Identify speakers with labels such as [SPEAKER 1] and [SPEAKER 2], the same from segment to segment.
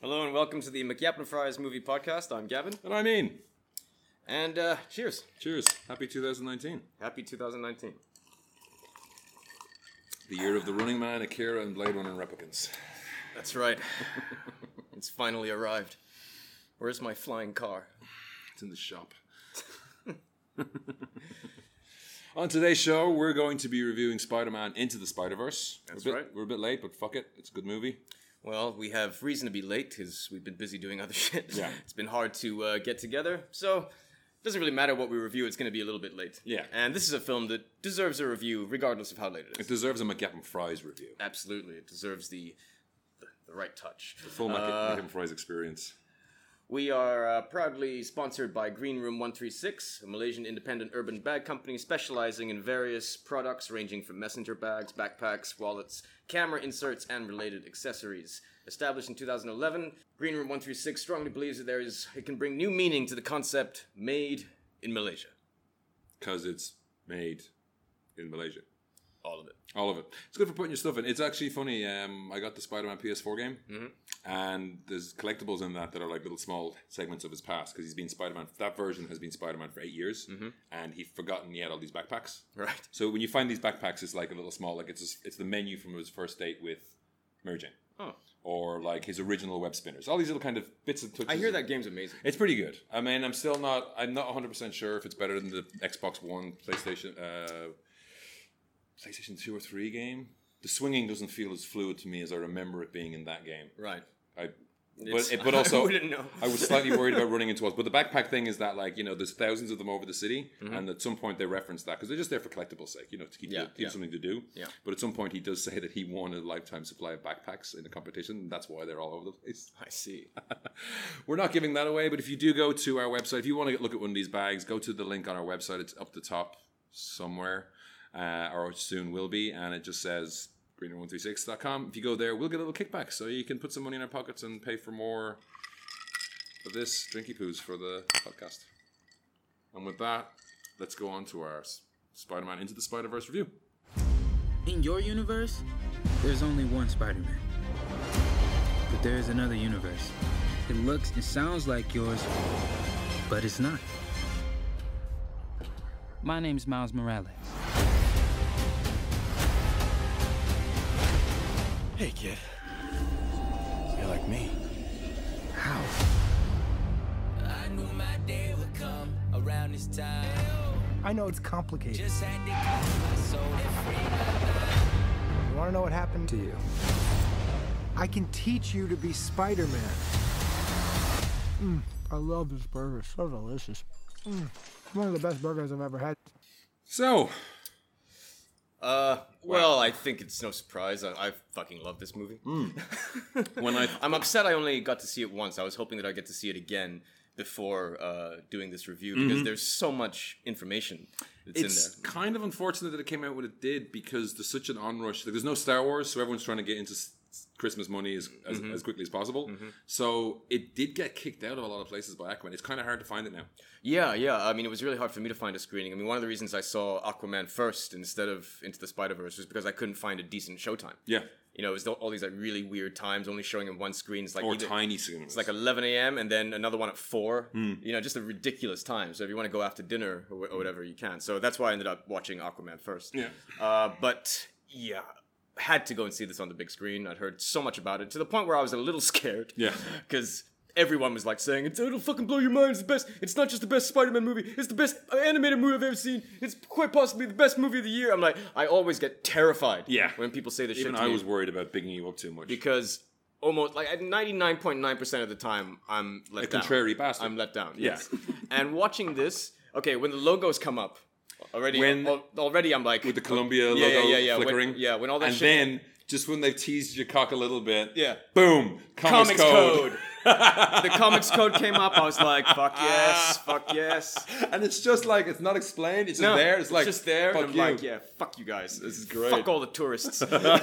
[SPEAKER 1] Hello and welcome to the McYapna Fries Movie Podcast. I'm Gavin,
[SPEAKER 2] And I mean,
[SPEAKER 1] and uh, cheers!
[SPEAKER 2] cheers. Happy 2019.
[SPEAKER 1] Happy 2019.
[SPEAKER 2] The year of the Running Man, Akira, and Blade Runner replicants.
[SPEAKER 1] That's right. it's finally arrived. Where's my flying car?
[SPEAKER 2] It's in the shop. On today's show, we're going to be reviewing Spider Man Into the Spider Verse.
[SPEAKER 1] That's right.
[SPEAKER 2] We're a bit late, but fuck it. It's a good movie.
[SPEAKER 1] Well, we have reason to be late because we've been busy doing other shit.
[SPEAKER 2] Yeah.
[SPEAKER 1] it's been hard to uh, get together, so it doesn't really matter what we review. It's going to be a little bit late.
[SPEAKER 2] Yeah.
[SPEAKER 1] And this is a film that deserves a review, regardless of how late it
[SPEAKER 2] It
[SPEAKER 1] is.
[SPEAKER 2] deserves a McGavin Fries review.
[SPEAKER 1] Absolutely, it deserves the the, the right touch.
[SPEAKER 2] Full Mac McGavin Fries experience.
[SPEAKER 1] We are uh, proudly sponsored by Green Room 136, a Malaysian independent urban bag company specializing in various products ranging from messenger bags, backpacks, wallets, camera inserts, and related accessories. Established in 2011, Green Room 136 strongly believes that there is it can bring new meaning to the concept made in Malaysia.
[SPEAKER 2] Because it's made in Malaysia.
[SPEAKER 1] All of it.
[SPEAKER 2] All of it. It's good for putting your stuff in. It's actually funny. Um, I got the Spider-Man PS4 game,
[SPEAKER 1] Mm-hmm.
[SPEAKER 2] and there's collectibles in that that are like little small segments of his past because he's been Spider-Man. That version has been Spider-Man for eight years,
[SPEAKER 1] Mm-hmm.
[SPEAKER 2] and he'd forgotten he had all these backpacks.
[SPEAKER 1] Right.
[SPEAKER 2] So when you find these backpacks, it's like a little small, like it's it's the menu from his first date with Mary Jane,
[SPEAKER 1] Oh.
[SPEAKER 2] or like his original web spinners. All these little kind of bits and touches.
[SPEAKER 1] I hear that game's amazing.
[SPEAKER 2] It's pretty good. I mean, I'm still not. I'm not 100 percent sure if it's better than the Xbox One, PlayStation, uh, PlayStation Two or Three game. The swinging doesn't feel as fluid to me as I remember it being in that game.
[SPEAKER 1] Right.
[SPEAKER 2] I,
[SPEAKER 1] It's-
[SPEAKER 2] but, it- but
[SPEAKER 1] I
[SPEAKER 2] also,
[SPEAKER 1] wouldn't know.
[SPEAKER 2] I was slightly worried about running into walls. But the backpack thing is that, like, you know, there's thousands of them over the city, and at some point they reference that because they're just there for collectible sake, you know, to keep,
[SPEAKER 1] Mm-hmm. Yeah,
[SPEAKER 2] you, keep
[SPEAKER 1] yeah.
[SPEAKER 2] something to do.
[SPEAKER 1] Yeah.
[SPEAKER 2] But at some point he does say that he won a lifetime supply of backpacks in a competition, and that's why they're all over the place.
[SPEAKER 1] I see.
[SPEAKER 2] We're not giving that away, but if you do go to our website, if you want to look at one of these bags, go to the link on our website. It's up the top somewhere, uh, or soon will be, and it just says greener136.com. If you go there, we'll get a little kickback, so you can put some money in our pockets and pay for more of this drinky poos for the podcast. And with that, let's go on to our S- Spider-Man Into the Spider-Verse review.
[SPEAKER 3] In your universe, there's only one Spider Man. But there is another universe. It looks and sounds like yours, but it's not. My name's Miles Morales.
[SPEAKER 4] Hey, kid. You're like me.
[SPEAKER 3] How?
[SPEAKER 5] I knew my day would come around this time.
[SPEAKER 4] I know it's complicated.
[SPEAKER 5] Just had to cut my soul and free my mind.
[SPEAKER 4] You want to know what happened to you? I can teach you to be Spider Man. Mmm, I love this burger. So delicious. Mmm, one of the best burgers I've ever had.
[SPEAKER 2] So,
[SPEAKER 1] Uh, well, I think it's no surprise. I, I fucking love this movie.
[SPEAKER 2] Hmm. when I
[SPEAKER 1] I'm upset I only got to see it once. I was hoping that I'd get to see it again before uh, doing this review because there's so much information that's
[SPEAKER 2] Mm-hmm. it's
[SPEAKER 1] in
[SPEAKER 2] kind of unfortunate that it came out when it did because there's such an onrush. Like, there's no Star Wars, so everyone's trying to get into s- s- Christmas money as, as, as quickly as possible. So it did get kicked out of a lot of places by Aquaman. It's kind of hard to find it now.
[SPEAKER 1] there. Yeah, yeah. I mean, it was really hard for me to find a screening. I mean, one of the reasons I saw Aquaman first instead of Into the Spider Verse was because I couldn't find a decent showtime.
[SPEAKER 2] Yeah,
[SPEAKER 1] You know, it was all these like really weird times, only showing in one screen. It's like
[SPEAKER 2] or
[SPEAKER 1] either-
[SPEAKER 2] tiny cinemas.
[SPEAKER 1] It's like 11 a.m. and then another one at 4.
[SPEAKER 2] Hmm.
[SPEAKER 1] You know, just a ridiculous time. So if you want to go after dinner or, wh- or whatever, you can. So that's why I ended up watching Aquaman first.
[SPEAKER 2] Yeah.
[SPEAKER 1] Uh, but yeah, had to go and see this on the big screen. I'd heard so much about it to the point where I was a little scared.
[SPEAKER 2] Yeah.
[SPEAKER 1] Because everyone was like saying, it's, it'll fucking blow your mind. It's the best. It's not just the best Spider Man movie, it's the best uh, animated movie I've ever seen. It's quite possibly the best movie of the year. I'm like, I always get terrified
[SPEAKER 2] Yeah.
[SPEAKER 1] when people say this
[SPEAKER 2] even
[SPEAKER 1] shit. to
[SPEAKER 2] I
[SPEAKER 1] me
[SPEAKER 2] was worried about bigging you up too much.
[SPEAKER 1] because almost like at 99.9% of the time I'm let
[SPEAKER 2] A
[SPEAKER 1] down.
[SPEAKER 2] contrary bastard.
[SPEAKER 1] I'm let down.
[SPEAKER 2] Yeah.
[SPEAKER 1] Yes. and watching this, okay, when the logos come up, already
[SPEAKER 2] When-
[SPEAKER 1] al- already I'm like
[SPEAKER 2] with the Columbia
[SPEAKER 1] yeah,
[SPEAKER 2] logo
[SPEAKER 1] yeah, yeah, yeah. When-
[SPEAKER 2] flickering.
[SPEAKER 1] yeah, when all that
[SPEAKER 2] and
[SPEAKER 1] shit-
[SPEAKER 2] then just when they've teased your cock a little bit,
[SPEAKER 1] Yeah.
[SPEAKER 2] boom, comics,
[SPEAKER 1] comics code. the comics code came up. I was like, fuck yes, fuck yes.
[SPEAKER 2] and it's just like it's not explained. It's just
[SPEAKER 1] No,
[SPEAKER 2] there. It's, like
[SPEAKER 1] just there.
[SPEAKER 2] Fuck
[SPEAKER 1] and I'm
[SPEAKER 2] you.
[SPEAKER 1] like, yeah, fuck you guys.
[SPEAKER 2] This is great.
[SPEAKER 1] Fuck all the tourists.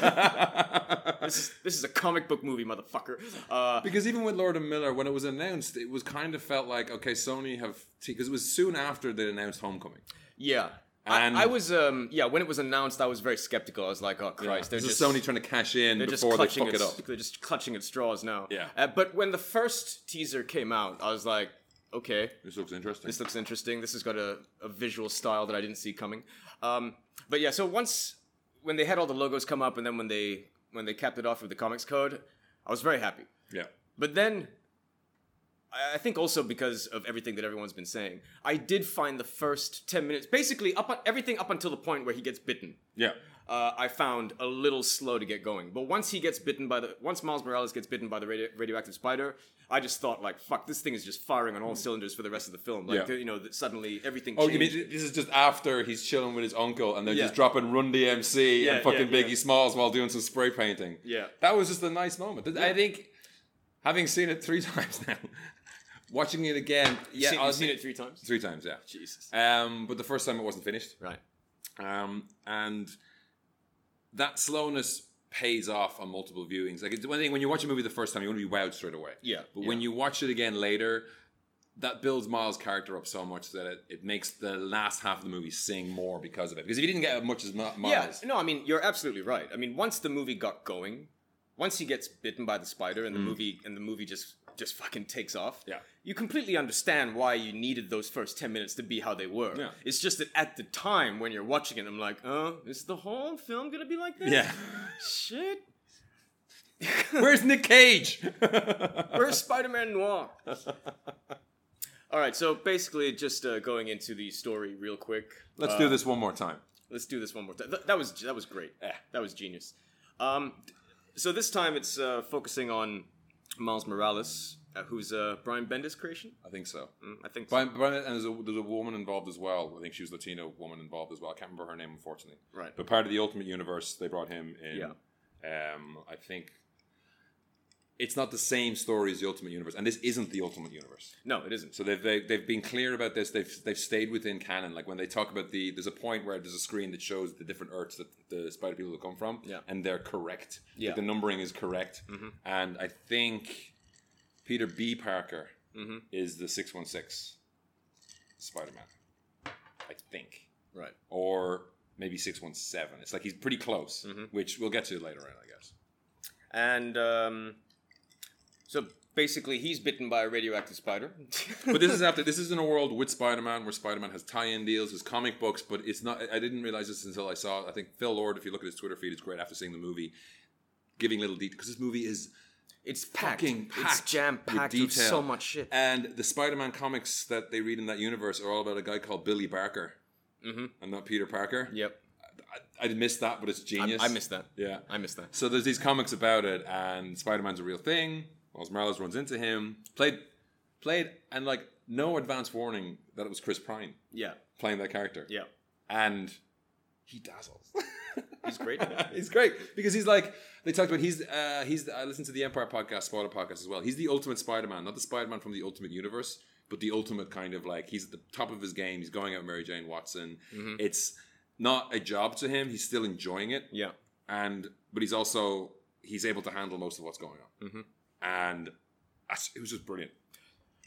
[SPEAKER 1] this is this is a comic book movie, motherfucker. Uh,
[SPEAKER 2] Because even with Lord and Miller, when it was announced, it was kind of felt like okay, Sony have because it was soon after they announced Homecoming,
[SPEAKER 1] yeah.
[SPEAKER 2] And
[SPEAKER 1] I was um yeah when it was announced I was very skeptical. I was like, oh
[SPEAKER 2] Yeah,
[SPEAKER 1] Christ, they're
[SPEAKER 2] this is
[SPEAKER 1] just
[SPEAKER 2] Sony trying to cash in
[SPEAKER 1] they're just
[SPEAKER 2] before they
[SPEAKER 1] clutching
[SPEAKER 2] fuck it
[SPEAKER 1] at,
[SPEAKER 2] up.
[SPEAKER 1] They're just clutching at straws now.
[SPEAKER 2] Yeah.
[SPEAKER 1] Uh, but when the first teaser came out, I was like, okay,
[SPEAKER 2] This looks interesting.
[SPEAKER 1] this looks interesting. This has got a, a visual style that I didn't see coming. Um, but yeah, so once when they had all the logos come up, and then when they when they capped it off with the comics code, I was very happy.
[SPEAKER 2] yeah.
[SPEAKER 1] But then, I- I think also because of everything that everyone's been saying, I did find the first ten minutes, basically up on, everything up until the point where he gets bitten,
[SPEAKER 2] Yeah.
[SPEAKER 1] uh, I found a little slow to get going. But once he gets bitten by the once Miles Morales gets bitten by the radio, radioactive spider, I just thought like, fuck, this thing is just firing on all cylinders for the rest of the film. Like
[SPEAKER 2] Yeah.
[SPEAKER 1] you know, that suddenly everything.
[SPEAKER 2] Oh,
[SPEAKER 1] changed.
[SPEAKER 2] you mean th- this is just after he's chilling with his uncle and they're
[SPEAKER 1] Yeah.
[SPEAKER 2] just dropping Run DMC
[SPEAKER 1] Yeah,
[SPEAKER 2] and fucking
[SPEAKER 1] yeah, yeah.
[SPEAKER 2] Biggie Smalls while doing some spray painting?
[SPEAKER 1] Yeah.
[SPEAKER 2] That was just a nice moment. Th- I think, having seen it three times now, watching it again, yeah, uh,
[SPEAKER 1] Seen-
[SPEAKER 2] I'll
[SPEAKER 1] you've seen
[SPEAKER 2] see-
[SPEAKER 1] it three times.
[SPEAKER 2] three times, yeah.
[SPEAKER 1] Jesus.
[SPEAKER 2] Um, but the first time it wasn't finished.
[SPEAKER 1] Right.
[SPEAKER 2] Um, and that slowness pays off on multiple viewings. Like it's one thing when you watch a movie the first time, you want to be wowed straight away.
[SPEAKER 1] Yeah,
[SPEAKER 2] But
[SPEAKER 1] yeah.
[SPEAKER 2] when you watch it again later, that builds Miles' character up so much that it, it makes the last half of the movie sing more because of it. Because if you didn't get as much as Ma-
[SPEAKER 1] Yeah,
[SPEAKER 2] Miles,
[SPEAKER 1] no, I mean you're absolutely right. I mean, once the movie got going, once he gets bitten by the spider and the movie and the movie just just fucking takes off.
[SPEAKER 2] Mm. Yeah.
[SPEAKER 1] You completely understand why you needed those first 10 minutes to be how they were.
[SPEAKER 2] Yeah.
[SPEAKER 1] It's just that at the time when you're watching it, I'm like, "Uh, is the whole film going to be like this?"
[SPEAKER 2] yeah.
[SPEAKER 1] Shit.
[SPEAKER 2] Where's Nick Cage?
[SPEAKER 1] Where's Spider-Man Noir? All right, so basically just uh, going into the story real quick.
[SPEAKER 2] Let's do this one more time.
[SPEAKER 1] Let's do this one more time. Th- that was that was great. That was genius. Um, so this time it's uh, focusing on Miles Morales, uh, who's uh, Brian Bendis creation.
[SPEAKER 2] I think so.
[SPEAKER 1] Mm, I think. so.
[SPEAKER 2] Brian, Brian, and there's a, there's a woman involved as well. I think she was Latino woman involved as well. I can't remember her name, unfortunately.
[SPEAKER 1] Right.
[SPEAKER 2] But part of the Ultimate Universe, they brought him in. Um, I think it's not the same story as the Ultimate Universe, and this isn't the Ultimate Universe.
[SPEAKER 1] No, it isn't.
[SPEAKER 2] So they've they, they've been clear about this. They've they've stayed within canon. Like when they talk about the there's a point where there's a screen that shows the different Earths that the Spider people come from.
[SPEAKER 1] Yeah.
[SPEAKER 2] And they're correct.
[SPEAKER 1] Yeah. Mm-hmm.
[SPEAKER 2] Like the numbering is correct. And I think Peter B. Parker
[SPEAKER 1] Mm-hmm.
[SPEAKER 2] is the six one six Spider Man. I think.
[SPEAKER 1] Right.
[SPEAKER 2] Or maybe six one seven. It's like he's pretty close,
[SPEAKER 1] Mm-hmm.
[SPEAKER 2] which we'll get to later on, I guess.
[SPEAKER 1] And um, so basically, he's bitten by a radioactive spider.
[SPEAKER 2] but this is after this is in a world with Spider-Man where Spider-Man has tie-in deals, his comic books, but it's not. I- I didn't realize this until I saw. I think Phil Lord, if you look at his Twitter feed, it's great after seeing the movie, giving little details because this movie is
[SPEAKER 1] it's packed.
[SPEAKER 2] fucking packed,
[SPEAKER 1] it's jam packed with,
[SPEAKER 2] detail.
[SPEAKER 1] so much shit.
[SPEAKER 2] And the Spider-Man comics that they read in that universe are all about a guy called Billy Barker, mm-hmm. and not Peter Parker.
[SPEAKER 1] yep.
[SPEAKER 2] I, I missed that, but it's genius.
[SPEAKER 1] I missed that.
[SPEAKER 2] Yeah,
[SPEAKER 1] I missed that.
[SPEAKER 2] So there's these comics about it, and Spider-Man's a real thing. Miles Morales runs into him, played, played, and like no advance warning that it was Chris Pine
[SPEAKER 1] Yeah.
[SPEAKER 2] playing that character.
[SPEAKER 1] Yeah.
[SPEAKER 2] and he dazzles.
[SPEAKER 1] He's great. at that.
[SPEAKER 2] he's great because he's like they talked about. He's uh, he's. I listened to the Empire podcast, Spoiler podcast as well. He's the ultimate Spider-Man, not the Spider-Man from the Ultimate Universe, but the ultimate kind of like he's at the top of his game. He's going out with Mary Jane Watson.
[SPEAKER 1] Mm-hmm.
[SPEAKER 2] It's not a job to him. He's still enjoying it
[SPEAKER 1] yeah.
[SPEAKER 2] and but he's also he's able to handle most of what's going on,
[SPEAKER 1] Mm-hmm.
[SPEAKER 2] and that's, it was just brilliant.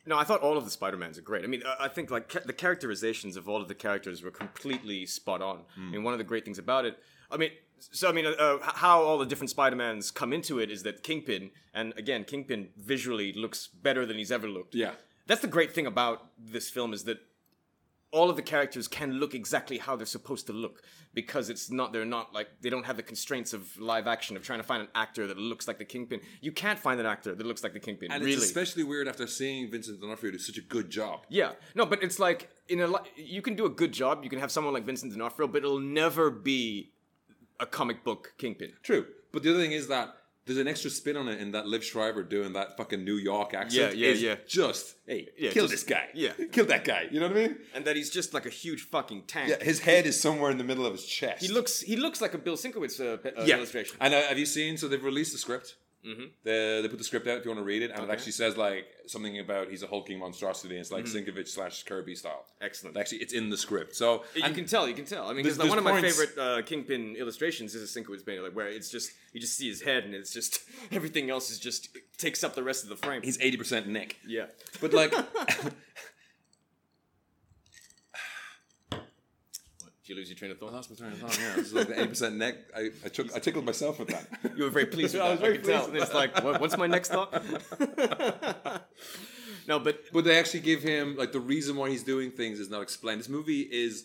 [SPEAKER 1] No, I thought all of the Spider Mans are great. I mean, I I think like ca- the characterizations of all of the characters were completely spot on.
[SPEAKER 2] Hmm.
[SPEAKER 1] I mean, one of the great things about it, I mean, so I mean, uh, uh, h- how all the different Spider Mans come into it is that Kingpin, and again, Kingpin visually looks better than he's ever looked.
[SPEAKER 2] Yeah,
[SPEAKER 1] that's the great thing about this film is that all of the characters can look exactly how they're supposed to look because it's not they're not like they don't have the constraints of live action of trying to find an actor that looks like the Kingpin. You can't find an actor that looks like the Kingpin.
[SPEAKER 2] and
[SPEAKER 1] really,
[SPEAKER 2] it's especially weird after seeing Vincent D'Onofrio do such a good job.
[SPEAKER 1] yeah, no, but it's like in a li- you can do a good job. You can have someone like Vincent D'Onofrio, but it'll never be a comic book kingpin.
[SPEAKER 2] True, but the other thing is that there's an extra spin on it in that Liv Schreiber doing that fucking New York accent.
[SPEAKER 1] Yeah, yeah,
[SPEAKER 2] is
[SPEAKER 1] yeah.
[SPEAKER 2] Just hey,
[SPEAKER 1] Yeah,
[SPEAKER 2] kill
[SPEAKER 1] just-
[SPEAKER 2] this guy.
[SPEAKER 1] yeah.
[SPEAKER 2] kill that guy. You know what I mean?
[SPEAKER 1] And that he's just like a huge fucking tank.
[SPEAKER 2] Yeah, his head is somewhere in the middle of his chest.
[SPEAKER 1] Uh, he looks he looks like a Bill Sienkiewicz uh, pe- uh,
[SPEAKER 2] yeah.
[SPEAKER 1] illustration.
[SPEAKER 2] And uh, have you seen? So they've released the script. Mm-hmm. They, they put the script out if you want to read it, and it actually says like something about he's a hulking monstrosity. And it's like Sinkovich slash Kirby style.
[SPEAKER 1] Mm-hmm. Excellent.
[SPEAKER 2] Actually, it's in the script. So
[SPEAKER 1] You
[SPEAKER 2] and-
[SPEAKER 1] can tell, you can tell. I mean, because
[SPEAKER 2] There's-
[SPEAKER 1] like, one of
[SPEAKER 2] there's
[SPEAKER 1] my
[SPEAKER 2] points-
[SPEAKER 1] favorite uh, kingpin illustrations is a Sienkiewicz painting, like where it's just you just see his head, and it's just everything else is just it takes up the rest of the frame.
[SPEAKER 2] he's eighty percent Nick.
[SPEAKER 1] yeah,
[SPEAKER 2] But like,
[SPEAKER 1] you lose your train of
[SPEAKER 2] I
[SPEAKER 1] thought?
[SPEAKER 2] lost my train of thought. Yeah, this is like the eight percent neck. I I, took, I tickled myself with that.
[SPEAKER 1] You were very pleased with that. I,
[SPEAKER 2] was very
[SPEAKER 1] could
[SPEAKER 2] pleased
[SPEAKER 1] tell.
[SPEAKER 2] with
[SPEAKER 1] And it's like, what, what's my next thought? no, but
[SPEAKER 2] But they actually give him like the reason why he's doing things is not explained. This movie is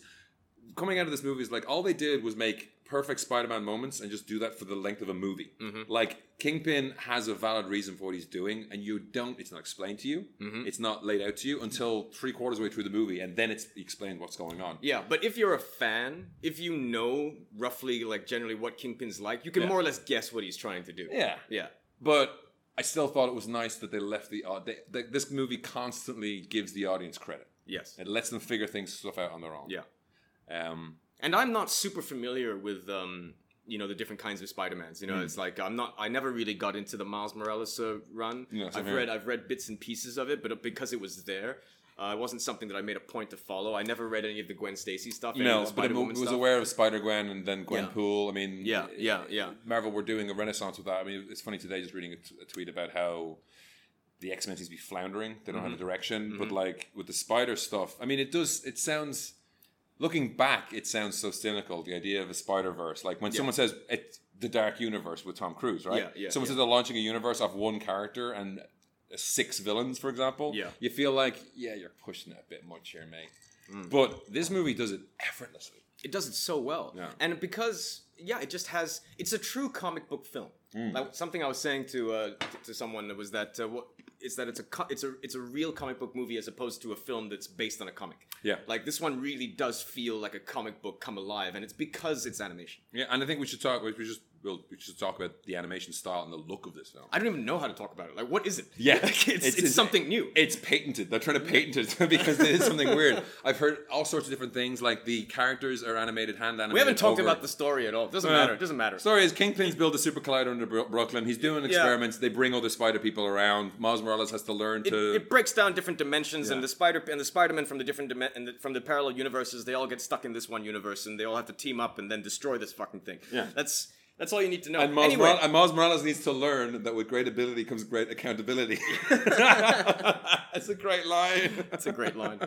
[SPEAKER 2] coming out of this movie is like all they did was make perfect Spider-Man moments and just do that for the length of a movie. Like Kingpin has a valid reason for what he's doing, and you don't. It's not explained to you. It's not laid out to you until three quarters way through the movie, and then it's explained what's going on.
[SPEAKER 1] yeah, but if you're a fan, if you know roughly, like generally what Kingpin's like, you can
[SPEAKER 2] Yeah.
[SPEAKER 1] more or less guess what he's trying to do.
[SPEAKER 2] Yeah.
[SPEAKER 1] yeah.
[SPEAKER 2] But I still thought it was nice that they left the. Uh, they, they, this movie constantly gives the audience credit.
[SPEAKER 1] Yes.
[SPEAKER 2] It lets them figure things stuff out on their own.
[SPEAKER 1] Yeah.
[SPEAKER 2] Um,
[SPEAKER 1] And I'm not super familiar with um, you know, the different kinds of Spider-Mans. You know,
[SPEAKER 2] Hmm.
[SPEAKER 1] it's like I'm not I never really got into the Miles Morales uh, run.
[SPEAKER 2] Yeah, same
[SPEAKER 1] I've
[SPEAKER 2] here.
[SPEAKER 1] read I've read bits and pieces of it, but uh, because it was there, uh, it wasn't something that I made a point to follow. I never read any of the Gwen Stacy stuff. any of
[SPEAKER 2] No,
[SPEAKER 1] the
[SPEAKER 2] but I
[SPEAKER 1] Spider-Woman
[SPEAKER 2] was
[SPEAKER 1] stuff.
[SPEAKER 2] aware of Spider Gwen and then Gwen
[SPEAKER 1] Yeah.
[SPEAKER 2] Pool. I mean,
[SPEAKER 1] Yeah, yeah, yeah.
[SPEAKER 2] Marvel were doing a renaissance with that. I mean, it's funny today just reading a, t- a tweet about how the X Men seems to be floundering. They don't
[SPEAKER 1] Mm-hmm.
[SPEAKER 2] have a direction, but like with the Spider stuff, I mean, it does. It sounds looking back, it sounds so cynical. The idea of a Spider Verse, like when someone says it, the Dark Universe with Tom Cruise, right?
[SPEAKER 1] Yeah, yeah,
[SPEAKER 2] someone
[SPEAKER 1] yeah.
[SPEAKER 2] says they're launching a universe off one character and six villains, for example.
[SPEAKER 1] Yeah.
[SPEAKER 2] you feel like yeah, you're pushing it a bit much here, mate. But this movie does it effortlessly.
[SPEAKER 1] it does it so well.
[SPEAKER 2] Yeah.
[SPEAKER 1] And because yeah, it just has it's a true comic book film.
[SPEAKER 2] Mm.
[SPEAKER 1] Like something I was saying to uh, t- to someone was that uh, what is that it's a co- it's a it's a real comic book movie as opposed to a film that's based on a comic.
[SPEAKER 2] Yeah.
[SPEAKER 1] Like this one really does feel like a comic book come alive and it's because it's animation.
[SPEAKER 2] Yeah, and I think we should talk. We just we'll, we should talk about the animation style and the look of this film.
[SPEAKER 1] I don't even know how to talk about it. Like what is it?
[SPEAKER 2] Yeah.
[SPEAKER 1] Like, it's,
[SPEAKER 2] It's-
[SPEAKER 1] it's,
[SPEAKER 2] it's-
[SPEAKER 1] something new.
[SPEAKER 2] It's patented. They're trying to patent it because it is something weird. I've heard all sorts of different things, like the characters are animated, hand animated.
[SPEAKER 1] we haven't talked
[SPEAKER 2] over-
[SPEAKER 1] about the story at all. It doesn't
[SPEAKER 2] Uh,
[SPEAKER 1] matter. It doesn't matter.
[SPEAKER 2] Story is Kingpin's built a super collider under Bro- Brooklyn. He's doing experiments. They bring all the spider people around. Miles Morales has to learn
[SPEAKER 1] it,
[SPEAKER 2] to.
[SPEAKER 1] it breaks down different dimensions, and
[SPEAKER 2] Yeah.
[SPEAKER 1] the spider and the Spider-Man from the different dimen- and the, from the parallel universes, they all get stuck in this one universe, and they all have to team up and then destroy this fucking thing.
[SPEAKER 2] Yeah.
[SPEAKER 1] that's that's all you need to know.
[SPEAKER 2] and, Miles
[SPEAKER 1] anyway,
[SPEAKER 2] Morales, and Miles Morales needs to learn that with great ability comes great accountability. That's a great line.
[SPEAKER 1] that's a great line.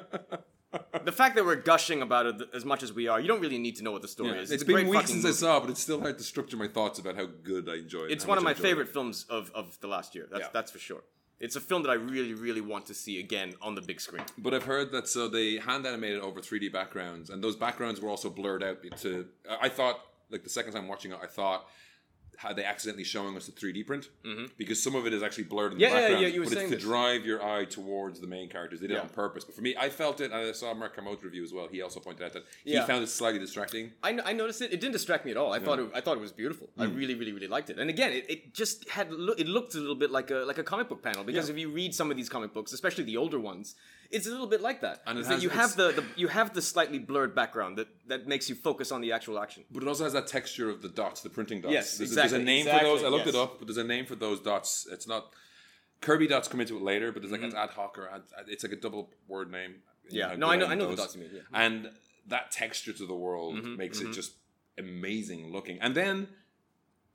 [SPEAKER 1] the fact that we're gushing about it as much as we are, you don't really need to know what the story
[SPEAKER 2] Yeah,
[SPEAKER 1] is.
[SPEAKER 2] it's
[SPEAKER 1] a
[SPEAKER 2] been
[SPEAKER 1] great
[SPEAKER 2] weeks
[SPEAKER 1] fucking
[SPEAKER 2] since I
[SPEAKER 1] movie.
[SPEAKER 2] saw, it, but it's still hard to structure my thoughts about how good I enjoy it.
[SPEAKER 1] It's
[SPEAKER 2] and how
[SPEAKER 1] one of my
[SPEAKER 2] much I enjoy
[SPEAKER 1] favorite
[SPEAKER 2] it.
[SPEAKER 1] films of, of the last year. That's
[SPEAKER 2] Yeah.
[SPEAKER 1] that's for sure. It's a film that I really, really want to see again on the big screen.
[SPEAKER 2] But I've heard that so they hand animated over 3D backgrounds, and those backgrounds were also blurred out. To I I thought, like the second time watching it, I thought. Had they accidentally showing us the 3D print? Mm-hmm. Because some of it is actually blurred in
[SPEAKER 1] Yeah,
[SPEAKER 2] the
[SPEAKER 1] yeah,
[SPEAKER 2] background.
[SPEAKER 1] yeah, you were
[SPEAKER 2] but
[SPEAKER 1] saying
[SPEAKER 2] it's to
[SPEAKER 1] this.
[SPEAKER 2] drive your eye towards the main characters. They did
[SPEAKER 1] Yeah.
[SPEAKER 2] it on purpose. But for me, I felt it, and I saw Mark Kermode's review as well. He also pointed out that he
[SPEAKER 1] Yeah.
[SPEAKER 2] found it slightly distracting.
[SPEAKER 1] I, kn- I noticed it. It didn't distract me at all. I thought it, I thought it was beautiful. I
[SPEAKER 2] Hmm.
[SPEAKER 1] really, really, really liked it. And again, it, it just had lo- it looked a little bit like a like a comic book panel because
[SPEAKER 2] Yeah.
[SPEAKER 1] if you read some of these comic books, especially the older ones, it's a little bit like that.
[SPEAKER 2] And it
[SPEAKER 1] Is that
[SPEAKER 2] has-
[SPEAKER 1] you have the,
[SPEAKER 2] it's-
[SPEAKER 1] the you have the slightly blurred background that that makes you focus on the actual action.
[SPEAKER 2] But it also has that texture of the dots, the printing dots.
[SPEAKER 1] Yes,
[SPEAKER 2] there's,
[SPEAKER 1] exactly,
[SPEAKER 2] there's a name
[SPEAKER 1] exactly,
[SPEAKER 2] for those. I looked
[SPEAKER 1] yes.
[SPEAKER 2] it up, but there's a name for those dots. It's not Kirby dots come into it later, but there's like an ad hoc or ad, ad- it's like a double word name.
[SPEAKER 1] Mm-hmm.
[SPEAKER 2] You
[SPEAKER 1] Yeah.
[SPEAKER 2] how
[SPEAKER 1] No,
[SPEAKER 2] good
[SPEAKER 1] I know-
[SPEAKER 2] am
[SPEAKER 1] I know
[SPEAKER 2] with
[SPEAKER 1] the
[SPEAKER 2] those.
[SPEAKER 1] dots you mean, yeah. Mm-hmm,
[SPEAKER 2] And that texture to the world makes it just amazing looking. And then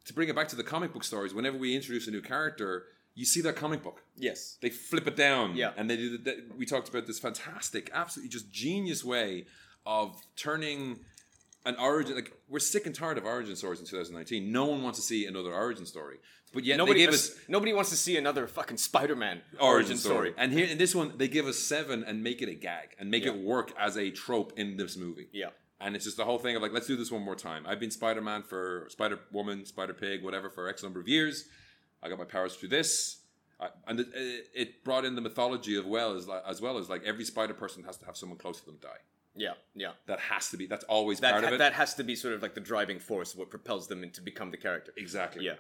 [SPEAKER 2] to bring it back to the comic book stories, whenever we introduce a new character, you see that comic book.
[SPEAKER 1] Yes.
[SPEAKER 2] They flip it down.
[SPEAKER 1] Yeah.
[SPEAKER 2] And they do the, the, we talked about this fantastic, absolutely just genius way of turning an origin like we're sick and tired of origin stories in 2019. No one wants to see another origin story. But yet
[SPEAKER 1] Nobody
[SPEAKER 2] they give
[SPEAKER 1] es-
[SPEAKER 2] us
[SPEAKER 1] nobody wants to see another fucking Spider-Man
[SPEAKER 2] origin story. And here in this one they give us 7 and make it a gag and make it work as a trope in this movie.
[SPEAKER 1] Yeah.
[SPEAKER 2] And it's just the whole thing of like, let's do this one more time. I've been Spider Man for Spider Woman, Spider Pig, whatever, for X number of years. I got my powers through this. I, and it, it- it brought in the mythology of well as, li- as well as like every Spider person has to have someone close to them die.
[SPEAKER 1] Yeah. Yeah.
[SPEAKER 2] That has to be, that's always
[SPEAKER 1] That
[SPEAKER 2] part of it.
[SPEAKER 1] that has to be sort of like the driving force, what propels them into become the character.
[SPEAKER 2] exactly.
[SPEAKER 1] Yeah.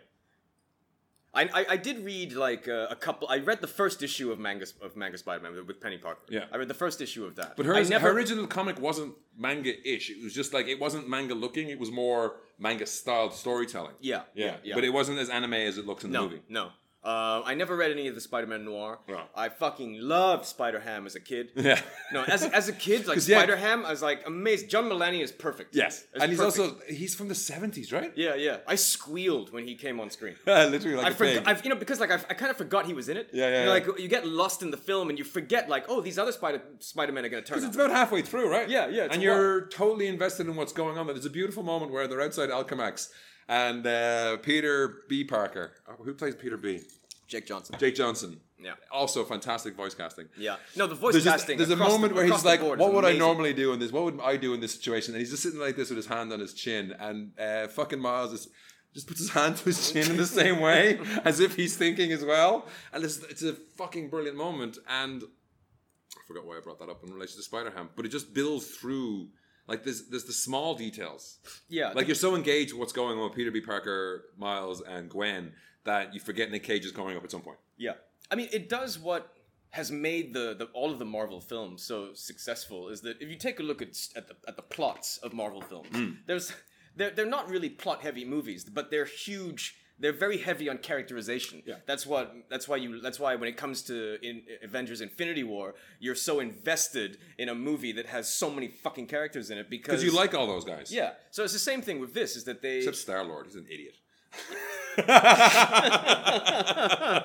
[SPEAKER 1] I, I, I did read like uh, a couple. I read the first issue of manga of manga Spider Man with Penny Parker.
[SPEAKER 2] Yeah.
[SPEAKER 1] I read the first issue of that.
[SPEAKER 2] But her,
[SPEAKER 1] I
[SPEAKER 2] her original comic wasn't manga ish. It was just like, it wasn't manga looking, it was more manga styled storytelling.
[SPEAKER 1] Yeah,
[SPEAKER 2] Yeah.
[SPEAKER 1] yeah, yeah.
[SPEAKER 2] But it wasn't as anime as it looks in the
[SPEAKER 1] no
[SPEAKER 2] movie.
[SPEAKER 1] no. Uh, I never read any of the Spider-Man noir.
[SPEAKER 2] No.
[SPEAKER 1] I fucking loved Spider-Ham as a kid.
[SPEAKER 2] Yeah.
[SPEAKER 1] No, as, as a kid, like
[SPEAKER 2] 'Cause, yeah.
[SPEAKER 1] Spider-Ham, I was like amazed. John Mulaney is perfect.
[SPEAKER 2] Yes,
[SPEAKER 1] It's
[SPEAKER 2] and he's
[SPEAKER 1] perfect.
[SPEAKER 2] also he's from the seventies, right?
[SPEAKER 1] yeah, yeah. I squealed when he came on screen.
[SPEAKER 2] literally like
[SPEAKER 1] I
[SPEAKER 2] a pig.
[SPEAKER 1] forgot, I've, you know, because like I've, I kind of forgot he was in it.
[SPEAKER 2] Yeah, yeah,
[SPEAKER 1] You know,
[SPEAKER 2] yeah.
[SPEAKER 1] Like you get lost in the film and you forget, like, oh, these other Spider Spider Men are gonna turn.
[SPEAKER 2] Because
[SPEAKER 1] up.
[SPEAKER 2] it's about halfway through, right?
[SPEAKER 1] Yeah, yeah, it's
[SPEAKER 2] And
[SPEAKER 1] a while.
[SPEAKER 2] you're totally invested in what's going on. There's a beautiful moment where they're outside Alchemax, and uh, Peter B. Parker, oh, who plays Peter B.
[SPEAKER 1] Jake Johnson.
[SPEAKER 2] Jake Johnson.
[SPEAKER 1] Yeah.
[SPEAKER 2] Also, fantastic voice casting.
[SPEAKER 1] Yeah. No, the voice
[SPEAKER 2] There's, just-
[SPEAKER 1] casting.
[SPEAKER 2] there's a
[SPEAKER 1] across the-
[SPEAKER 2] moment where
[SPEAKER 1] across
[SPEAKER 2] he's
[SPEAKER 1] the
[SPEAKER 2] like,
[SPEAKER 1] board is
[SPEAKER 2] "What would I
[SPEAKER 1] amazing.
[SPEAKER 2] normally do in this? What would I do in this situation?" And he's just sitting like this with his hand on his chin, and uh, fucking Miles is, just puts his hand to his chin in the same way as if he's thinking as well. And it's, it's a fucking brilliant moment. And I forgot why I brought that up in relation to Spider Ham, but it just builds through. Like there's there's the small details.
[SPEAKER 1] Yeah.
[SPEAKER 2] Like you're so engaged with what's going on with Peter B. Parker, Miles, and Gwen that you forget Nick Cage is coming up at some point.
[SPEAKER 1] Yeah, I mean, it does what has made the, the all of the Marvel films so successful is that if you take a look at s- at the, at the plots of Marvel films, there's they're they're not really plot heavy movies, but they're huge. They're very heavy on characterization. Yeah. That's what. That's why you. That's why when it comes to in Avengers: Infinity War, you're so invested in a movie that has so many fucking characters in it because
[SPEAKER 2] Because you like all those guys.
[SPEAKER 1] Yeah. So it's the same thing with this. Is that they
[SPEAKER 2] Except Star Lord, he's an idiot.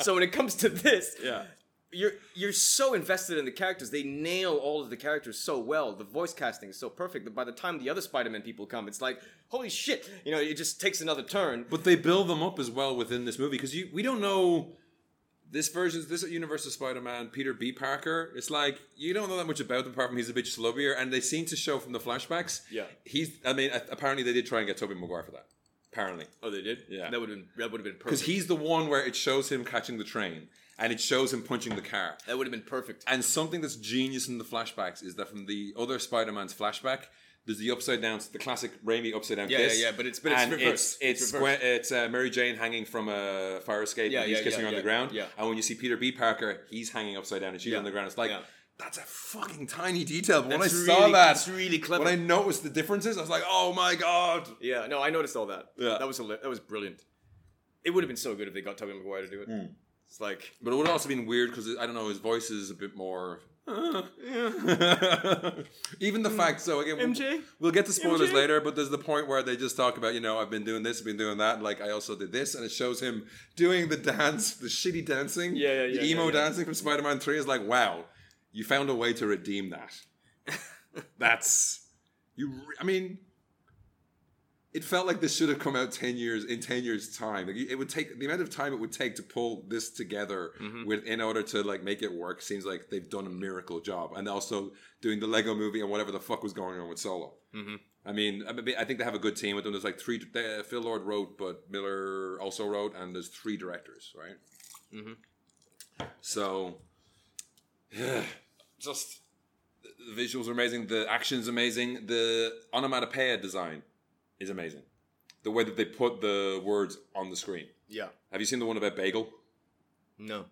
[SPEAKER 1] so when it comes to this,
[SPEAKER 2] Yeah.
[SPEAKER 1] you're you're so invested in the characters. They nail all of the characters so well. The voice casting is so perfect that by the time the other Spider-Man people come, it's like holy shit. You know, it just takes another turn.
[SPEAKER 2] But they build them up as well within this movie because you we don't know this version, this universe of Spider-Man, Peter B. Parker. It's like you don't know that much about them apart from he's a bit slubbier, and they seem to show from the flashbacks.
[SPEAKER 1] Yeah.
[SPEAKER 2] he's. I mean, a- apparently they did try and get Tobey Maguire for that. Apparently,
[SPEAKER 1] Oh, they did.
[SPEAKER 2] Yeah.
[SPEAKER 1] that would have been that would have been
[SPEAKER 2] because
[SPEAKER 1] perfect.
[SPEAKER 2] he's the one where it shows him catching the train and it shows him punching the car.
[SPEAKER 1] that would have been perfect.
[SPEAKER 2] And something that's genius in the flashbacks is that from the other Spider-Man's flashback, there's the upside down, the classic Raimi upside down
[SPEAKER 1] Yeah,
[SPEAKER 2] kiss.
[SPEAKER 1] yeah, yeah, but it's- but it's
[SPEAKER 2] and
[SPEAKER 1] reversed.
[SPEAKER 2] It's
[SPEAKER 1] It's
[SPEAKER 2] it's,
[SPEAKER 1] reversed.
[SPEAKER 2] Gwen- it's, uh, Mary Jane hanging from a fire escape,
[SPEAKER 1] Yeah,
[SPEAKER 2] and he's
[SPEAKER 1] yeah,
[SPEAKER 2] kissing
[SPEAKER 1] yeah,
[SPEAKER 2] her on the
[SPEAKER 1] yeah,
[SPEAKER 2] ground.
[SPEAKER 1] yeah.
[SPEAKER 2] And when you see Peter B. Parker, he's hanging upside down, and she's
[SPEAKER 1] Yeah,
[SPEAKER 2] on the ground. It's like.
[SPEAKER 1] yeah.
[SPEAKER 2] That's a fucking tiny detail. But when I
[SPEAKER 1] That's
[SPEAKER 2] saw
[SPEAKER 1] really-
[SPEAKER 2] that,
[SPEAKER 1] that's really clever.
[SPEAKER 2] When I noticed the differences, I was like, "Oh my god!"
[SPEAKER 1] Yeah, no, I noticed all that.
[SPEAKER 2] Yeah.
[SPEAKER 1] that was hila- that was brilliant. It would have been so good if they got Tobey Maguire to do it. It's like
[SPEAKER 2] But it would also been weird because I don't know his voice is a bit more. Even
[SPEAKER 1] Mm.
[SPEAKER 2] the fact, so again, we'll-
[SPEAKER 1] MJ?
[SPEAKER 2] We'll, get to spoilers
[SPEAKER 1] MJ?
[SPEAKER 2] later, but there's the point where they just talk about, you know, I've been doing this, I've been doing that, and like I also did this, and it shows him doing the dance, the shitty dancing,
[SPEAKER 1] Yeah, yeah,
[SPEAKER 2] the
[SPEAKER 1] yeah,
[SPEAKER 2] emo
[SPEAKER 1] yeah, yeah.
[SPEAKER 2] dancing from Spider-Man Three. Is like, wow, you found a way to redeem that. That's you. re- I mean, it felt like this should have come out 10 years in 10 years time like it would take the amount of time it would take to pull this together with in order to like make it work seems like they've done a miracle job and also doing the lego movie and whatever the fuck was going on with solo I mean, I mean, I think they have a good team with them. There's like three. They, Phil Lord wrote, but Miller also wrote, and there's three directors, right? Mm-hmm. So, just the visuals are amazing. The action's amazing. The onomatopoeia design is amazing. The way that they put the words on the screen.
[SPEAKER 1] yeah,
[SPEAKER 2] Have you seen the one about bagel
[SPEAKER 1] no.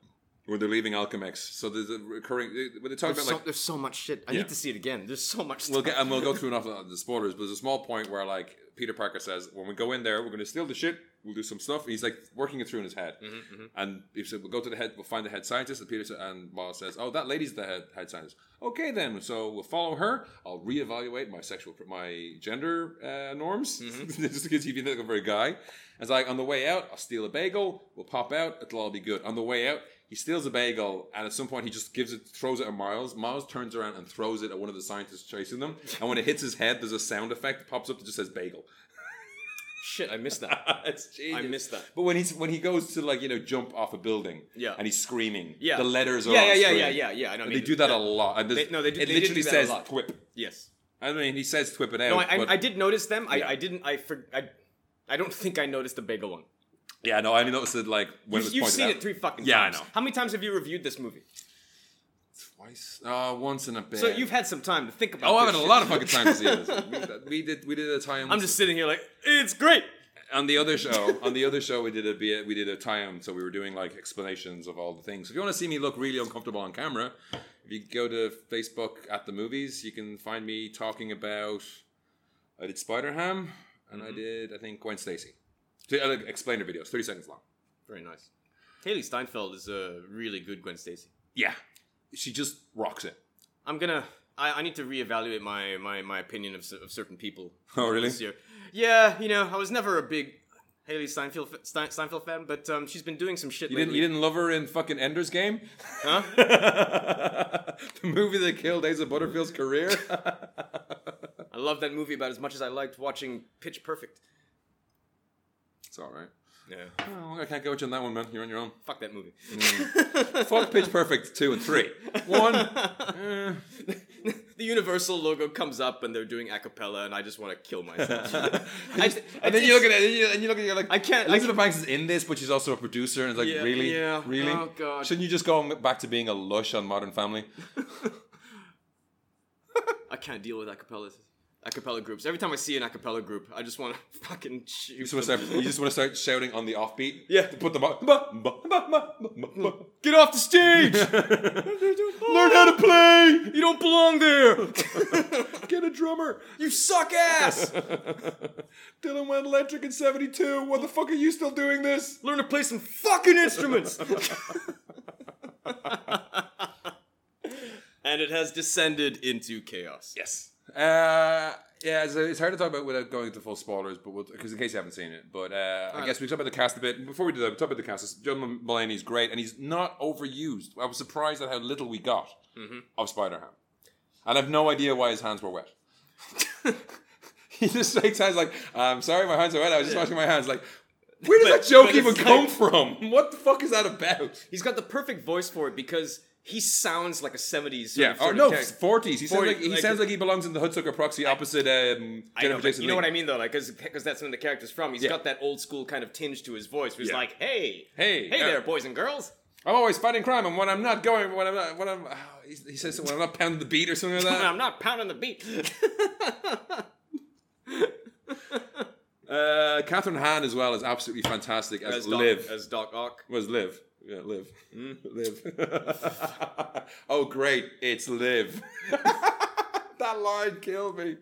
[SPEAKER 2] where they're leaving Alchemex? So there's a recurring. When they talk
[SPEAKER 1] There's
[SPEAKER 2] about
[SPEAKER 1] so,
[SPEAKER 2] like
[SPEAKER 1] there's so much shit. I
[SPEAKER 2] Yeah.
[SPEAKER 1] need to see it again. There's so much. Stuff.
[SPEAKER 2] we'll get and we'll go through enough of the spoilers, but there's a small point where like Peter Parker says, when we go in there, we're going to steal the shit. We'll do some stuff. He's like working it through in his head, and he said, "We'll go to the head. We'll find the head scientist." And Peter sa- and Miles says, "Oh, that lady's the head, head scientist." Okay, then. So we'll follow her. I'll reevaluate my sexual, pr- my gender uh, norms, just because you think I'm very guy. It's like on the way out, I'll steal a bagel. We'll pop out. It'll all be good. On the way out, he steals a bagel, and at some point he just gives it, throws it at Miles. Miles turns around and throws it at one of the scientists chasing them. And when it hits his head, there's a sound effect that pops up that just says bagel.
[SPEAKER 1] shit. I missed that.
[SPEAKER 2] it's genius.
[SPEAKER 1] I missed that.
[SPEAKER 2] But when he's when he goes to like you know jump off a building,
[SPEAKER 1] Yeah.
[SPEAKER 2] and he's screaming,
[SPEAKER 1] Yeah.
[SPEAKER 2] the letters are
[SPEAKER 1] Yeah,
[SPEAKER 2] on
[SPEAKER 1] yeah, yeah,
[SPEAKER 2] screen.
[SPEAKER 1] yeah, yeah, yeah, I know, I
[SPEAKER 2] And they
[SPEAKER 1] mean,
[SPEAKER 2] do that
[SPEAKER 1] yeah.
[SPEAKER 2] a lot. And there's-
[SPEAKER 1] They- no, they do-
[SPEAKER 2] It
[SPEAKER 1] they did
[SPEAKER 2] literally
[SPEAKER 1] do that a
[SPEAKER 2] says
[SPEAKER 1] lot.
[SPEAKER 2] twip.
[SPEAKER 1] Yes.
[SPEAKER 2] I mean, he says twip it out.
[SPEAKER 1] No, I,
[SPEAKER 2] but-
[SPEAKER 1] I, I did notice them. I,
[SPEAKER 2] Yeah.
[SPEAKER 1] I didn't. I, for, I I don't think I noticed the bagel one.
[SPEAKER 2] Yeah, no, I only noticed it like when
[SPEAKER 1] You've,
[SPEAKER 2] it was
[SPEAKER 1] you've
[SPEAKER 2] pointed
[SPEAKER 1] seen
[SPEAKER 2] out.
[SPEAKER 1] it three fucking
[SPEAKER 2] Yeah, I
[SPEAKER 1] times.
[SPEAKER 2] know.
[SPEAKER 1] How many times have you reviewed this movie?
[SPEAKER 2] twice. Uh, once in a bit.
[SPEAKER 1] So you've had some time to think about.
[SPEAKER 2] Oh, I've
[SPEAKER 1] this
[SPEAKER 2] had a
[SPEAKER 1] shit.
[SPEAKER 2] lot of fucking time to see this. We, we did we did a tie-in.
[SPEAKER 1] I'm just sitting here like it's great.
[SPEAKER 2] on the other show. On the other show, we did a bit- we did a tie-in, so we were doing like explanations of all the things. If you want to see me look really uncomfortable on camera, if you go to Facebook at the movies, you can find me talking about. I Mm-hmm. did Spider Ham, and I did I think Gwen Stacy. So, uh, like, Explainer videos, thirty seconds long.
[SPEAKER 1] Very nice. Haley Steinfeld is a really good Gwen Stacy.
[SPEAKER 2] Yeah, she just rocks it.
[SPEAKER 1] I'm gonna. I, I need to reevaluate my my, my opinion of, cer- of certain people.
[SPEAKER 2] Oh, really?
[SPEAKER 1] This year. Yeah, you know, I was never a big Haley Steinfeld fa- Stein, Steinfeld fan, but um, she's been doing some shit
[SPEAKER 2] You didn't,
[SPEAKER 1] lately.
[SPEAKER 2] you didn't love her in fucking Ender's Game?
[SPEAKER 1] Huh?
[SPEAKER 2] the movie that killed Asa Butterfield's career?
[SPEAKER 1] I love that movie about as much as I liked watching Pitch Perfect.
[SPEAKER 2] it's all right.
[SPEAKER 1] Yeah.
[SPEAKER 2] Oh, I can't go with you on that one, man. You're on your own.
[SPEAKER 1] Fuck that movie.
[SPEAKER 2] Mm. Fuck Pitch Perfect 2 and 3. One, eh,
[SPEAKER 1] the Universal logo comes up and they're doing a cappella, and I just want to kill myself. I,
[SPEAKER 2] and then you look at it, and you, and you look at it, you're like,
[SPEAKER 1] I can't- I
[SPEAKER 2] Elizabeth Banks is in this, but she's also a producer, and it's like,
[SPEAKER 1] Yeah,
[SPEAKER 2] really,
[SPEAKER 1] yeah.
[SPEAKER 2] really?
[SPEAKER 1] Oh, God.
[SPEAKER 2] Shouldn't you just go back to being a lush on Modern Family?
[SPEAKER 1] I can't deal with acapellas. Acapella groups. Every time I see an acapella group, I just want to fucking
[SPEAKER 2] You
[SPEAKER 1] shoot.
[SPEAKER 2] just want to
[SPEAKER 1] them.
[SPEAKER 2] start, you just want to start shouting on the offbeat.
[SPEAKER 1] Yeah.
[SPEAKER 2] To put them on. Ba, ba, ba, ba, ba, ba.
[SPEAKER 1] Get off the stage!
[SPEAKER 2] Learn how to play.
[SPEAKER 1] you don't belong there!
[SPEAKER 2] Get a drummer.
[SPEAKER 1] you suck ass!
[SPEAKER 2] Dylan went electric in '72. What the fuck are you still doing this?
[SPEAKER 1] Learn to play some fucking instruments! and it has descended into chaos.
[SPEAKER 2] Yes. Uh, yeah, it's, it's hard to talk about without going into full spoilers, but we'll, because in case you haven't seen it, but uh, I guess we can talk about the cast a bit. Before we do that, we talk about the cast. John Mulaney's great, and he's not overused. I was surprised at how little we got
[SPEAKER 1] Mm-hmm.
[SPEAKER 2] of Spider Ham, and I've no idea why his hands were wet. he just shakes hands like, "I'm sorry, my hands are wet. I was just washing my hands." Like, where did
[SPEAKER 1] But-
[SPEAKER 2] that joke
[SPEAKER 1] but
[SPEAKER 2] even
[SPEAKER 1] it's
[SPEAKER 2] come
[SPEAKER 1] like-
[SPEAKER 2] from? What the fuck is that about?
[SPEAKER 1] He's got the perfect voice for it because he sounds like a 70s. Sort
[SPEAKER 2] Yeah,
[SPEAKER 1] of,
[SPEAKER 2] or
[SPEAKER 1] sort
[SPEAKER 2] Oh, no,
[SPEAKER 1] of character.
[SPEAKER 2] forties. He sounds
[SPEAKER 1] 40,
[SPEAKER 2] like he
[SPEAKER 1] like-
[SPEAKER 2] sounds like he belongs in the Hudsucker Proxy opposite um,
[SPEAKER 1] I know,
[SPEAKER 2] Jennifer
[SPEAKER 1] but
[SPEAKER 2] Jason.
[SPEAKER 1] you know what
[SPEAKER 2] Leigh.
[SPEAKER 1] I mean though, like because that's when the character's from. He's
[SPEAKER 2] Yeah.
[SPEAKER 1] got that old school kind of tinge to his voice. He's
[SPEAKER 2] Yeah.
[SPEAKER 1] like, "Hey,
[SPEAKER 2] Hey,
[SPEAKER 1] hey
[SPEAKER 2] yeah.
[SPEAKER 1] there, boys and girls."
[SPEAKER 2] I'm always fighting crime, and when I'm not going, when I'm not, when I'm, oh, he, he says when I'm not pounding the beat or something like
[SPEAKER 1] I'm
[SPEAKER 2] that.
[SPEAKER 1] not pounding the beat.
[SPEAKER 2] uh, Catherine Hahn as well is absolutely fantastic as,
[SPEAKER 1] as Doc,
[SPEAKER 2] Liv.
[SPEAKER 1] as Doc Ock.
[SPEAKER 2] was Liv? Yeah, Liv.
[SPEAKER 1] Hmm?
[SPEAKER 2] Liv. oh, great! It's Liv. that line killed me.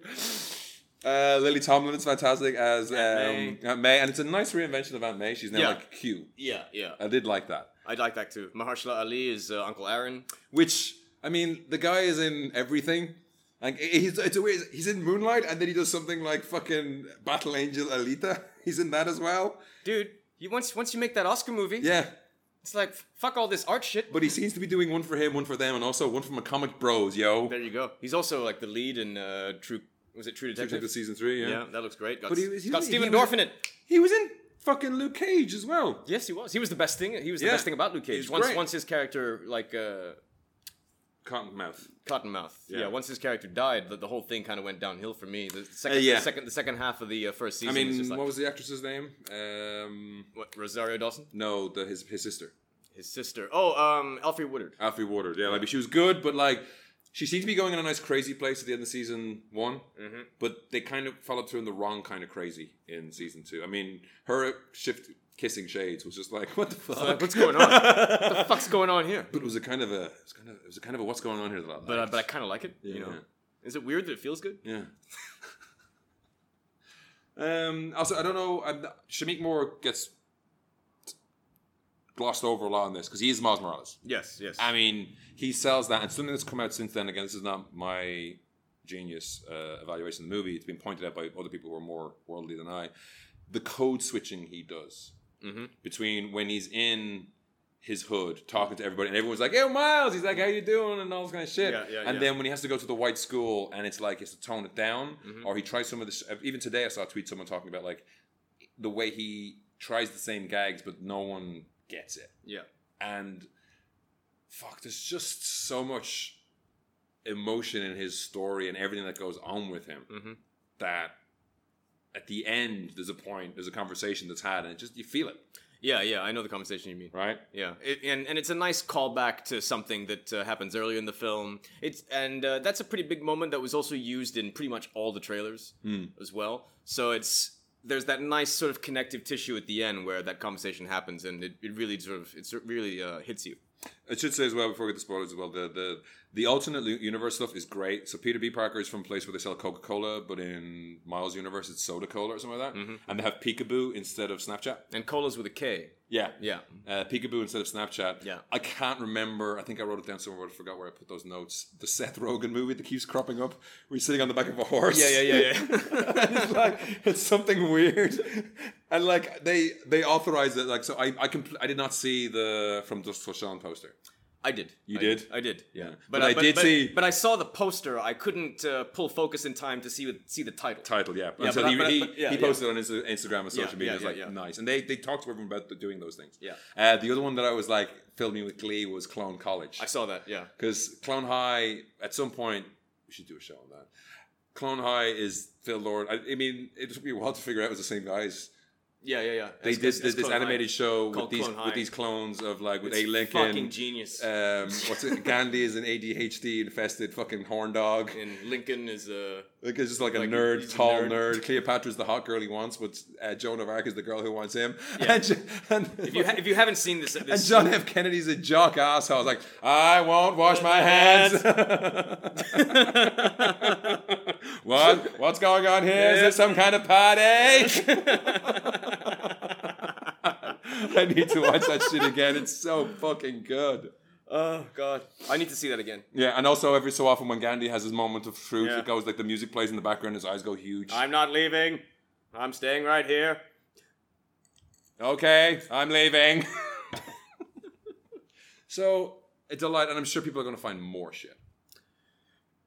[SPEAKER 2] Uh, Lily Tomlin is fantastic as um,
[SPEAKER 1] Aunt
[SPEAKER 2] Aunt May, and it's a nice reinvention of Aunt May. She's now
[SPEAKER 1] Yeah.
[SPEAKER 2] like Q.
[SPEAKER 1] Yeah, yeah.
[SPEAKER 2] I did like that.
[SPEAKER 1] I'd like that too. Mahershala Ali is uh, Uncle Aaron.
[SPEAKER 2] Which I mean, the guy is in everything. Like i- he's it's a weird, he's in Moonlight, and then he does something like fucking Battle Angel Alita. He's in that as well.
[SPEAKER 1] Dude, you once once you make that Oscar movie,
[SPEAKER 2] Yeah,
[SPEAKER 1] it's like f- fuck all this art shit.
[SPEAKER 2] but he seems to be doing one for him, one for them, and also one from a comic bros. Yo,
[SPEAKER 1] there you go. He's also like the lead in uh, True. Was it True
[SPEAKER 2] Check
[SPEAKER 1] Detective?
[SPEAKER 2] the season three. Yeah.
[SPEAKER 1] yeah. that looks great. Got,
[SPEAKER 2] But he was- he
[SPEAKER 1] got
[SPEAKER 2] was- he
[SPEAKER 1] Stephen
[SPEAKER 2] was-
[SPEAKER 1] Dorff in it.
[SPEAKER 2] he was in fucking Luke Cage as well.
[SPEAKER 1] Yes, he was. He was the best thing. He was
[SPEAKER 2] Yeah.
[SPEAKER 1] the best thing about Luke Cage.
[SPEAKER 2] He's
[SPEAKER 1] Once
[SPEAKER 2] great.
[SPEAKER 1] once his character like uh,
[SPEAKER 2] Cottonmouth.
[SPEAKER 1] Cottonmouth. Yeah.
[SPEAKER 2] Yeah.
[SPEAKER 1] Once his character died, the, the whole thing kind of went downhill for me. The second,
[SPEAKER 2] yeah.
[SPEAKER 1] the second, the second half of the uh, first
[SPEAKER 2] I
[SPEAKER 1] season. was
[SPEAKER 2] mean,
[SPEAKER 1] just like,
[SPEAKER 2] what was the actress's name? Um,
[SPEAKER 1] what, Rosario Dawson,
[SPEAKER 2] no, the, his his sister,
[SPEAKER 1] his sister. Oh, um, Alfred Woodard.
[SPEAKER 2] Alfie Wardard. Yeah, like she was good, but like. She seems to be going in a nice crazy place at the end of season one.
[SPEAKER 1] hmm
[SPEAKER 2] but they kind of followed through in the wrong kind of crazy in season two. I mean, her shift kissing shades was just like, what the fuck?
[SPEAKER 1] Like, what's going on? what the fuck's going on here?
[SPEAKER 2] But it was a kind of a, it was kind of, it was a kind of a what's going on here that I
[SPEAKER 1] But uh,
[SPEAKER 2] liked.
[SPEAKER 1] but I kind of like it. You
[SPEAKER 2] Yeah.
[SPEAKER 1] know, is it weird that it feels good?
[SPEAKER 2] yeah. um. Also, I don't know. I'm not, Shamik Moore gets glossed over a lot in this because he is Miles Morales.
[SPEAKER 1] Yes, yes.
[SPEAKER 2] I mean, he sells that, and something that's come out since then. Again, this is not my genius uh, evaluation of the movie. It's been pointed out by other people who are more worldly than I. The code switching he does
[SPEAKER 1] Mm-hmm.
[SPEAKER 2] between when he's in his hood talking to everybody, and everyone's like, "Yo, Miles," he's like, "How you doing?" and all this kind of shit.
[SPEAKER 1] Yeah, yeah,
[SPEAKER 2] and
[SPEAKER 1] yeah.
[SPEAKER 2] then when he has to go to the white school, and it's like he has to tone it down,
[SPEAKER 1] Mm-hmm.
[SPEAKER 2] or he tries some of this. Even today, I saw a tweet someone talking about like the way he tries the same gags, but no one gets it
[SPEAKER 1] yeah.
[SPEAKER 2] and fuck, there's just so much emotion in his story and everything that goes on with him
[SPEAKER 1] Mhm.
[SPEAKER 2] that at the end there's a point, there's a conversation that's had, and it just you feel it,
[SPEAKER 1] Yeah, yeah, I know the conversation you mean.
[SPEAKER 2] right?
[SPEAKER 1] Yeah, it, and and it's a nice callback to something that uh, happens earlier in the film. It's and uh, that's a pretty big moment that was also used in pretty much all the trailers
[SPEAKER 2] Hmm.
[SPEAKER 1] as well. So it's there's that nice sort of connective tissue at the end where that conversation happens, and it, it really sort of it's really uh, hits you.
[SPEAKER 2] I should say as well before we get the spoilers as well. The the the alternate lu- universe stuff is great. So Peter B. Parker is from a place where they sell Coca Cola, but in Miles' universe it's soda cola or something like that. And they have Peekaboo instead of Snapchat.
[SPEAKER 1] And colas with a K.
[SPEAKER 2] Yeah,
[SPEAKER 1] Yeah.
[SPEAKER 2] Uh, Peekaboo instead of Snapchat.
[SPEAKER 1] Yeah.
[SPEAKER 2] I can't remember. I think I wrote it down somewhere, but I forgot where I put those notes. The Seth Rogen movie that keeps cropping up, where he's sitting on the back of a horse.
[SPEAKER 1] yeah.
[SPEAKER 2] it's like it's something weird and like they they authorized it like so i i compl- i did not see the from dust till Dawn poster
[SPEAKER 1] I did.
[SPEAKER 2] You
[SPEAKER 1] I
[SPEAKER 2] did?
[SPEAKER 1] I did.
[SPEAKER 2] Yeah.
[SPEAKER 1] But,
[SPEAKER 2] But
[SPEAKER 1] uh,
[SPEAKER 2] I did see-
[SPEAKER 1] But I saw the poster. I couldn't uh, pull focus in time to see with- see the title.
[SPEAKER 2] title yeah,
[SPEAKER 1] Yeah,
[SPEAKER 2] and so
[SPEAKER 1] but I-
[SPEAKER 2] he,
[SPEAKER 1] but I-
[SPEAKER 2] he,
[SPEAKER 1] but- yeah,
[SPEAKER 2] he
[SPEAKER 1] yeah.
[SPEAKER 2] posted on his uh, instagram and social
[SPEAKER 1] Yeah,
[SPEAKER 2] media
[SPEAKER 1] yeah,
[SPEAKER 2] it was
[SPEAKER 1] yeah,
[SPEAKER 2] like
[SPEAKER 1] yeah.
[SPEAKER 2] nice and they they talked to everyone about the- doing those things
[SPEAKER 1] Yeah.
[SPEAKER 2] uh, the other one that i was like filled me with glee was clone college
[SPEAKER 1] I saw that. Yeah.
[SPEAKER 2] because Clone High at some point we should do a show on that. Clone High is Phil Lord. I, I mean, it took me a while to figure out it was the same guys.
[SPEAKER 1] Yeah, yeah, yeah.
[SPEAKER 2] They
[SPEAKER 1] It's-
[SPEAKER 2] did
[SPEAKER 1] it's
[SPEAKER 2] this, this
[SPEAKER 1] Clone
[SPEAKER 2] animated
[SPEAKER 1] High.
[SPEAKER 2] show
[SPEAKER 1] Called
[SPEAKER 2] with these
[SPEAKER 1] Clone High.
[SPEAKER 2] with these clones of like with
[SPEAKER 1] It's
[SPEAKER 2] a Lincoln,
[SPEAKER 1] fucking genius.
[SPEAKER 2] Um, what's it? Gandhi is an ADHD infested fucking horn dog.
[SPEAKER 1] and Lincoln is a.
[SPEAKER 2] Like it's just like a
[SPEAKER 1] Like,
[SPEAKER 2] nerd,
[SPEAKER 1] he's a
[SPEAKER 2] tall
[SPEAKER 1] nerd.
[SPEAKER 2] nerd. Cleopatra's the hot girl he wants, but uh, Joan of Arc is the girl who wants him.
[SPEAKER 1] Yeah.
[SPEAKER 2] And, ju- and-
[SPEAKER 1] If you ha- if you haven't seen this,
[SPEAKER 2] and
[SPEAKER 1] this
[SPEAKER 2] John F. Kennedy's a jock asshole. I was like, I won't wash my hands. what? What's going on here? Is this some kind of party? I need to watch that shit again. It's so fucking good.
[SPEAKER 1] oh god, I need to see that again.
[SPEAKER 2] Yeah, and also every so often when Gandhi has his moment of truth,
[SPEAKER 1] Yeah.
[SPEAKER 2] it goes like the music plays in the background, his eyes go huge.
[SPEAKER 1] I'm not leaving. I'm staying right here.
[SPEAKER 2] okay, I'm leaving. so it's a lot, and I'm sure people are going to find more shit.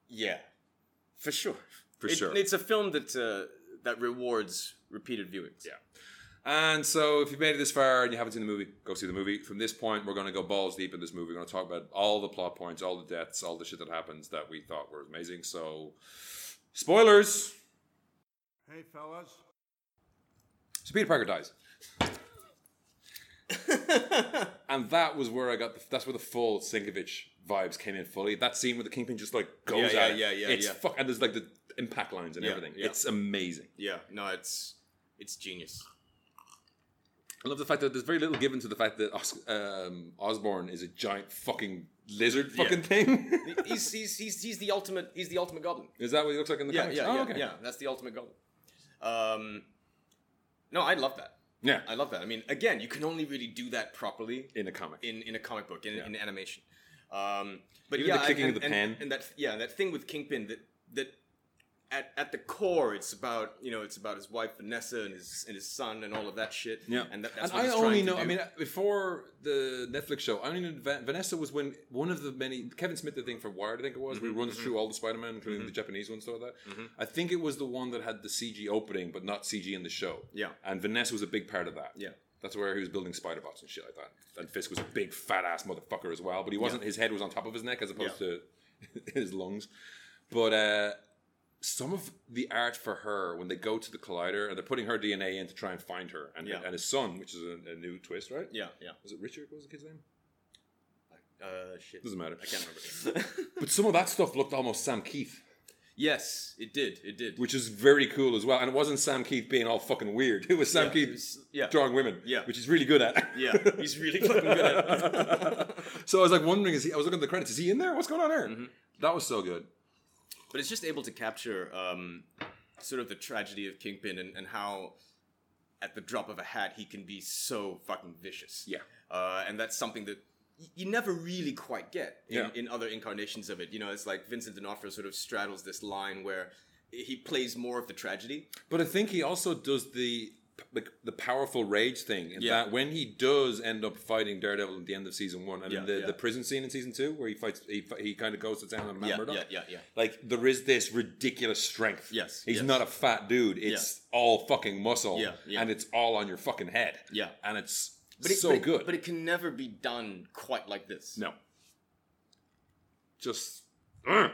[SPEAKER 1] Yeah, for sure.
[SPEAKER 2] For
[SPEAKER 1] It-
[SPEAKER 2] sure.
[SPEAKER 1] It's a film that uh, that rewards repeated viewings. Yeah.
[SPEAKER 2] And so, if you've made it this far and you haven't seen the movie, go see the movie. From this point, we're going to go balls deep in this movie. We're going to talk about all the plot points, all the deaths, all the shit that happens that we thought were amazing. So, spoilers.
[SPEAKER 6] Hey, fellas.
[SPEAKER 2] So Peter Parker dies, and that was where I got. The, that's where the full Sinkovich vibes came in fully. That scene where the Kingpin just like goes
[SPEAKER 1] Yeah, yeah,
[SPEAKER 2] at it.
[SPEAKER 1] yeah, yeah,
[SPEAKER 2] It's
[SPEAKER 1] yeah.
[SPEAKER 2] fuck, and there's like the impact lines and
[SPEAKER 1] Yeah,
[SPEAKER 2] everything.
[SPEAKER 1] yeah.
[SPEAKER 2] It's amazing.
[SPEAKER 1] Yeah. No, it's it's genius.
[SPEAKER 2] I love the fact that there's very little given to the fact that Os- um, Osborne is a giant fucking lizard fucking thing.
[SPEAKER 1] he's, he's he's he's the ultimate. He's the ultimate goblin.
[SPEAKER 2] Is that what he looks like in the
[SPEAKER 1] Yeah,
[SPEAKER 2] comics?
[SPEAKER 1] yeah,
[SPEAKER 2] oh,
[SPEAKER 1] yeah,
[SPEAKER 2] okay.
[SPEAKER 1] yeah. That's the ultimate goblin. Um, no, I love that.
[SPEAKER 2] Yeah.
[SPEAKER 1] I love that. I mean, again, you can only really do that properly
[SPEAKER 2] in a comic.
[SPEAKER 1] in in a comic book in, in animation. Um, but
[SPEAKER 2] Even
[SPEAKER 1] yeah,
[SPEAKER 2] the clicking
[SPEAKER 1] and,
[SPEAKER 2] of the
[SPEAKER 1] and,
[SPEAKER 2] pen.
[SPEAKER 1] and that yeah, that thing with Kingpin that that at, at the core, it's about you know it's about his wife Vanessa and his and his son and all of that shit.
[SPEAKER 2] yeah,
[SPEAKER 1] and that, that's
[SPEAKER 2] and
[SPEAKER 1] what
[SPEAKER 2] I
[SPEAKER 1] he's
[SPEAKER 2] only
[SPEAKER 1] trying
[SPEAKER 2] know.
[SPEAKER 1] To do.
[SPEAKER 2] I mean, uh, before the Netflix show, I only knew Va- Vanessa was when one of the many Kevin Smith, the thing from Wired, I think it was,
[SPEAKER 1] Mm-hmm,
[SPEAKER 2] where he runs through all the Spider Man, including the Japanese ones, stuff like that. I think it was the one that had the CG opening, but not CG in the show.
[SPEAKER 1] Yeah.
[SPEAKER 2] and Vanessa was a big part of that.
[SPEAKER 1] Yeah.
[SPEAKER 2] That's where he was building spider bots and shit like that. And Fisk was a big fat ass motherfucker as well, but he wasn't. His head was on top of his neck as opposed to his lungs. But uh, some of the art for her when they go to the collider and they're putting her DNA in to try and find her and,
[SPEAKER 1] Yeah.
[SPEAKER 2] and his son, which is a, a new twist, right?
[SPEAKER 1] yeah, yeah.
[SPEAKER 2] Was it Richard? What was the kid's name?
[SPEAKER 1] Uh, shit.
[SPEAKER 2] Doesn't matter.
[SPEAKER 1] I can't remember.
[SPEAKER 2] But some of that stuff looked almost Sam Keith,
[SPEAKER 1] yes, it did. It did.
[SPEAKER 2] which is very cool as well. And it wasn't Sam Keith being all fucking weird. It was Sam
[SPEAKER 1] Yeah,
[SPEAKER 2] Keith
[SPEAKER 1] it was- yeah.
[SPEAKER 2] drawing women,
[SPEAKER 1] Yeah.
[SPEAKER 2] which he's really good at.
[SPEAKER 1] yeah, he's really fucking good at it.
[SPEAKER 2] so I was like wondering, is he? I was looking at the credits. Is he in there? What's going on here?
[SPEAKER 1] Mm-hmm.
[SPEAKER 2] That was so good.
[SPEAKER 1] but it's just able to capture um, sort of the tragedy of Kingpin and, and how at the drop of a hat he can be so fucking vicious.
[SPEAKER 2] Yeah.
[SPEAKER 1] uh, and that's something that y- you never really quite get in,
[SPEAKER 2] Yeah.
[SPEAKER 1] in other incarnations of it. You know, it's like Vincent D'Onofrio sort of straddles this line where he plays more of the tragedy.
[SPEAKER 2] But I think he also does the like the powerful rage thing. In
[SPEAKER 1] Yeah.
[SPEAKER 2] that when he does end up fighting Daredevil at the end of season one, and in
[SPEAKER 1] Yeah,
[SPEAKER 2] the,
[SPEAKER 1] yeah.
[SPEAKER 2] the prison scene in season two where he fights, he, fi- he kind of goes to town on Matt
[SPEAKER 1] Yeah,
[SPEAKER 2] Murdock.
[SPEAKER 1] yeah, yeah, yeah.
[SPEAKER 2] Like there is this ridiculous strength.
[SPEAKER 1] Yes,
[SPEAKER 2] he's
[SPEAKER 1] yes.
[SPEAKER 2] not a fat dude. It's all fucking muscle.
[SPEAKER 1] Yeah, yeah.
[SPEAKER 2] and it's all on your fucking head.
[SPEAKER 1] Yeah.
[SPEAKER 2] and it's
[SPEAKER 1] But it,
[SPEAKER 2] so
[SPEAKER 1] but it-
[SPEAKER 2] good.
[SPEAKER 1] but it can never be done quite like this.
[SPEAKER 2] no, just Ugh.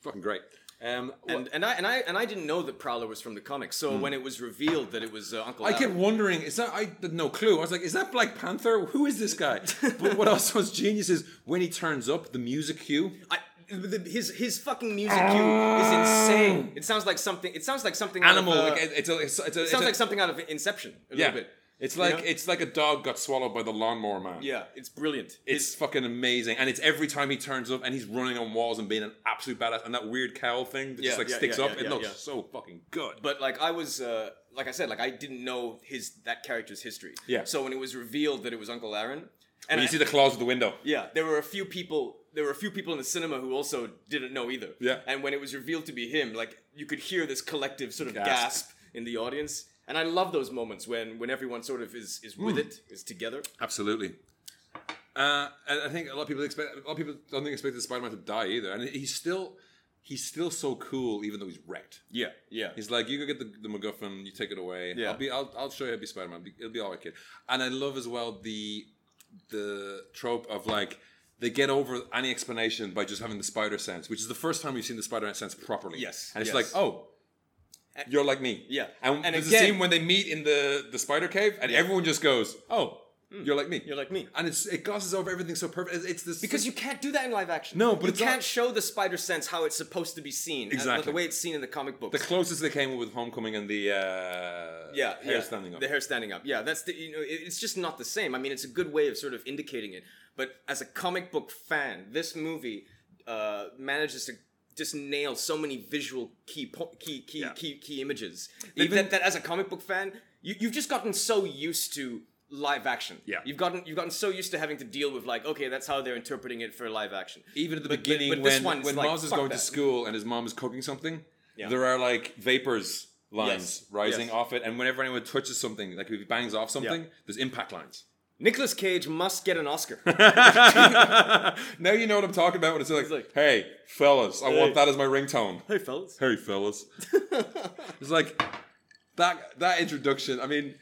[SPEAKER 2] fucking great. Um,
[SPEAKER 1] And, and I and I and I didn't know that Prowler was from the comics. So when it was revealed that it was uh, Uncle,
[SPEAKER 2] Hmm. I
[SPEAKER 1] Al-
[SPEAKER 2] kept wondering, is that I had no clue. I was like, is that Black Panther? Who is this guy? but what also was genius is when he turns up, the music cue.
[SPEAKER 1] I, the, his his fucking music cue is insane. It sounds like something. It sounds like something.
[SPEAKER 2] Ah. Animal,
[SPEAKER 1] Out of, uh,
[SPEAKER 2] like, it- it's a, it's a, it's a,
[SPEAKER 1] it sounds like something out of Inception. A
[SPEAKER 2] yeah,
[SPEAKER 1] little bit.
[SPEAKER 2] It's like
[SPEAKER 1] know?
[SPEAKER 2] it's like a dog got swallowed by the lawnmower man.
[SPEAKER 1] Yeah, it's brilliant.
[SPEAKER 2] It's fucking amazing, and it's every time he turns up, and he's running on walls and being an absolute badass, and that weird cowl thing that
[SPEAKER 1] Yeah,
[SPEAKER 2] just like
[SPEAKER 1] yeah,
[SPEAKER 2] sticks
[SPEAKER 1] yeah,
[SPEAKER 2] up.
[SPEAKER 1] yeah,
[SPEAKER 2] it
[SPEAKER 1] yeah,
[SPEAKER 2] looks
[SPEAKER 1] yeah.
[SPEAKER 2] so fucking good.
[SPEAKER 1] But like I was, uh, like I said, like I didn't know his that character's history.
[SPEAKER 2] Yeah.
[SPEAKER 1] So when it was revealed that it was Uncle Aaron, and
[SPEAKER 2] when you
[SPEAKER 1] I-
[SPEAKER 2] see the claws of the window,
[SPEAKER 1] yeah, there were a few people. There were a few people in the cinema who also didn't know either.
[SPEAKER 2] Yeah.
[SPEAKER 1] And when it was revealed to be him, like you could hear this collective sort of
[SPEAKER 2] Gasp.
[SPEAKER 1] gasp, in the audience. And I love those moments when when everyone sort of is is
[SPEAKER 2] Hmm.
[SPEAKER 1] with it, is together.
[SPEAKER 2] Absolutely. Uh, and I think a lot of people expect a lot of people don't think expected Spider Man to die either, and he's still he's still so cool even though he's wrecked.
[SPEAKER 1] Yeah. Yeah.
[SPEAKER 2] He's like, you go get the, the MacGuffin, you take it away.
[SPEAKER 1] Yeah.
[SPEAKER 2] I'll be I'll, I'll show you how to be Spider Man. It'll be all right, kid. And I love as well the the trope of like they get over any explanation by just having the spider sense, which is the first time we've seen the spider sense properly.
[SPEAKER 1] Yes,
[SPEAKER 2] and it's
[SPEAKER 1] yes.
[SPEAKER 2] like, oh. You're like me.
[SPEAKER 1] Yeah.
[SPEAKER 2] And,
[SPEAKER 1] And
[SPEAKER 2] there's a
[SPEAKER 1] again-
[SPEAKER 2] scene when they meet in the, the spider cave and everyone just goes, Oh, you're like me.
[SPEAKER 1] Hmm. You're like me.
[SPEAKER 2] And it's it glosses over everything so perfect. It's- It's this
[SPEAKER 1] Because you can't do that in live action.
[SPEAKER 2] No, but
[SPEAKER 1] you
[SPEAKER 2] it's
[SPEAKER 1] can't
[SPEAKER 2] not-
[SPEAKER 1] show the spider sense how it's supposed to be seen. and
[SPEAKER 2] Exactly.
[SPEAKER 1] the way it's seen in the comic books.
[SPEAKER 2] the closest they came with Homecoming and the uh,
[SPEAKER 1] yeah,
[SPEAKER 2] hair
[SPEAKER 1] yeah,
[SPEAKER 2] standing up.
[SPEAKER 1] The hair standing up. Yeah, that's the you know it- it's just not the same. I mean, it's a good way of sort of indicating it. But as a comic book fan, this movie uh, manages to just nail so many visual key po- key key
[SPEAKER 2] Yeah.
[SPEAKER 1] key key images
[SPEAKER 2] Even-
[SPEAKER 1] that, that as a comic book fan, you, you've just gotten so used to live action.
[SPEAKER 2] Yeah.
[SPEAKER 1] you've gotten you've gotten so used to having to deal with like, okay, that's how they're interpreting it for live action.
[SPEAKER 2] even at the
[SPEAKER 1] But- but-
[SPEAKER 2] beginning
[SPEAKER 1] but this
[SPEAKER 2] when
[SPEAKER 1] one's
[SPEAKER 2] when
[SPEAKER 1] like,
[SPEAKER 2] Miles is
[SPEAKER 1] fuck
[SPEAKER 2] going
[SPEAKER 1] that.
[SPEAKER 2] to school and his mom is cooking something,
[SPEAKER 1] Yeah.
[SPEAKER 2] there are like vapors lines
[SPEAKER 1] Yes,
[SPEAKER 2] rising
[SPEAKER 1] yes.
[SPEAKER 2] off it, and whenever anyone touches something, like if he bangs off something, there's impact lines.
[SPEAKER 1] Nicolas Cage must get an Oscar.
[SPEAKER 2] now you know what I'm talking about when it's like,
[SPEAKER 1] like-
[SPEAKER 2] hey fellas, I want that as my ringtone.
[SPEAKER 1] hey fellas.
[SPEAKER 2] Hey fellas, it's like that that introduction. I mean,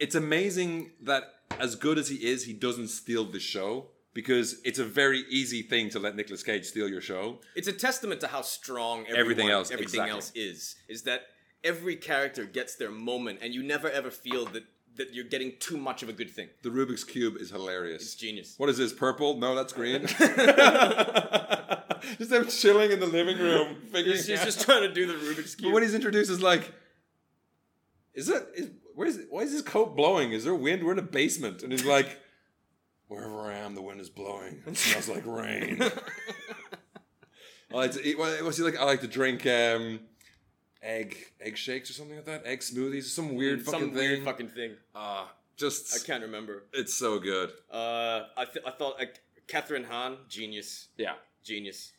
[SPEAKER 2] it's amazing that as good as he is, he doesn't steal the show. Because it's a very easy thing to let Nicolas Cage steal your show.
[SPEAKER 1] it's a testament to how strong everyone,
[SPEAKER 2] Everything
[SPEAKER 1] everything
[SPEAKER 2] else,
[SPEAKER 1] else everything
[SPEAKER 2] exactly.
[SPEAKER 1] else is is that every character gets their moment and you never ever feel that that you're getting too much of a good thing
[SPEAKER 2] The Rubik's Cube is hilarious.
[SPEAKER 1] it's genius
[SPEAKER 2] What is this, purple? No, that's green. just them chilling in the living room, figuring
[SPEAKER 1] he's, he's
[SPEAKER 2] out-
[SPEAKER 1] just trying to do the rubik's
[SPEAKER 2] But
[SPEAKER 1] cube
[SPEAKER 2] when he's introduced, is like, is it? Is, where is it? Why is this coat blowing? Is there wind? We're in a basement. And he's like, wherever I am, the wind is blowing. It smells like rain. Oh, I like to eat, what, what's he like? I like to drink um, egg egg shakes or something like that. Egg smoothies, some weird
[SPEAKER 1] some
[SPEAKER 2] fucking thing.
[SPEAKER 1] weird fucking thing
[SPEAKER 2] Ah, just
[SPEAKER 1] i can't remember
[SPEAKER 2] It's so good.
[SPEAKER 1] uh i, th- I thought like catherine hahn genius
[SPEAKER 2] Yeah.
[SPEAKER 1] genius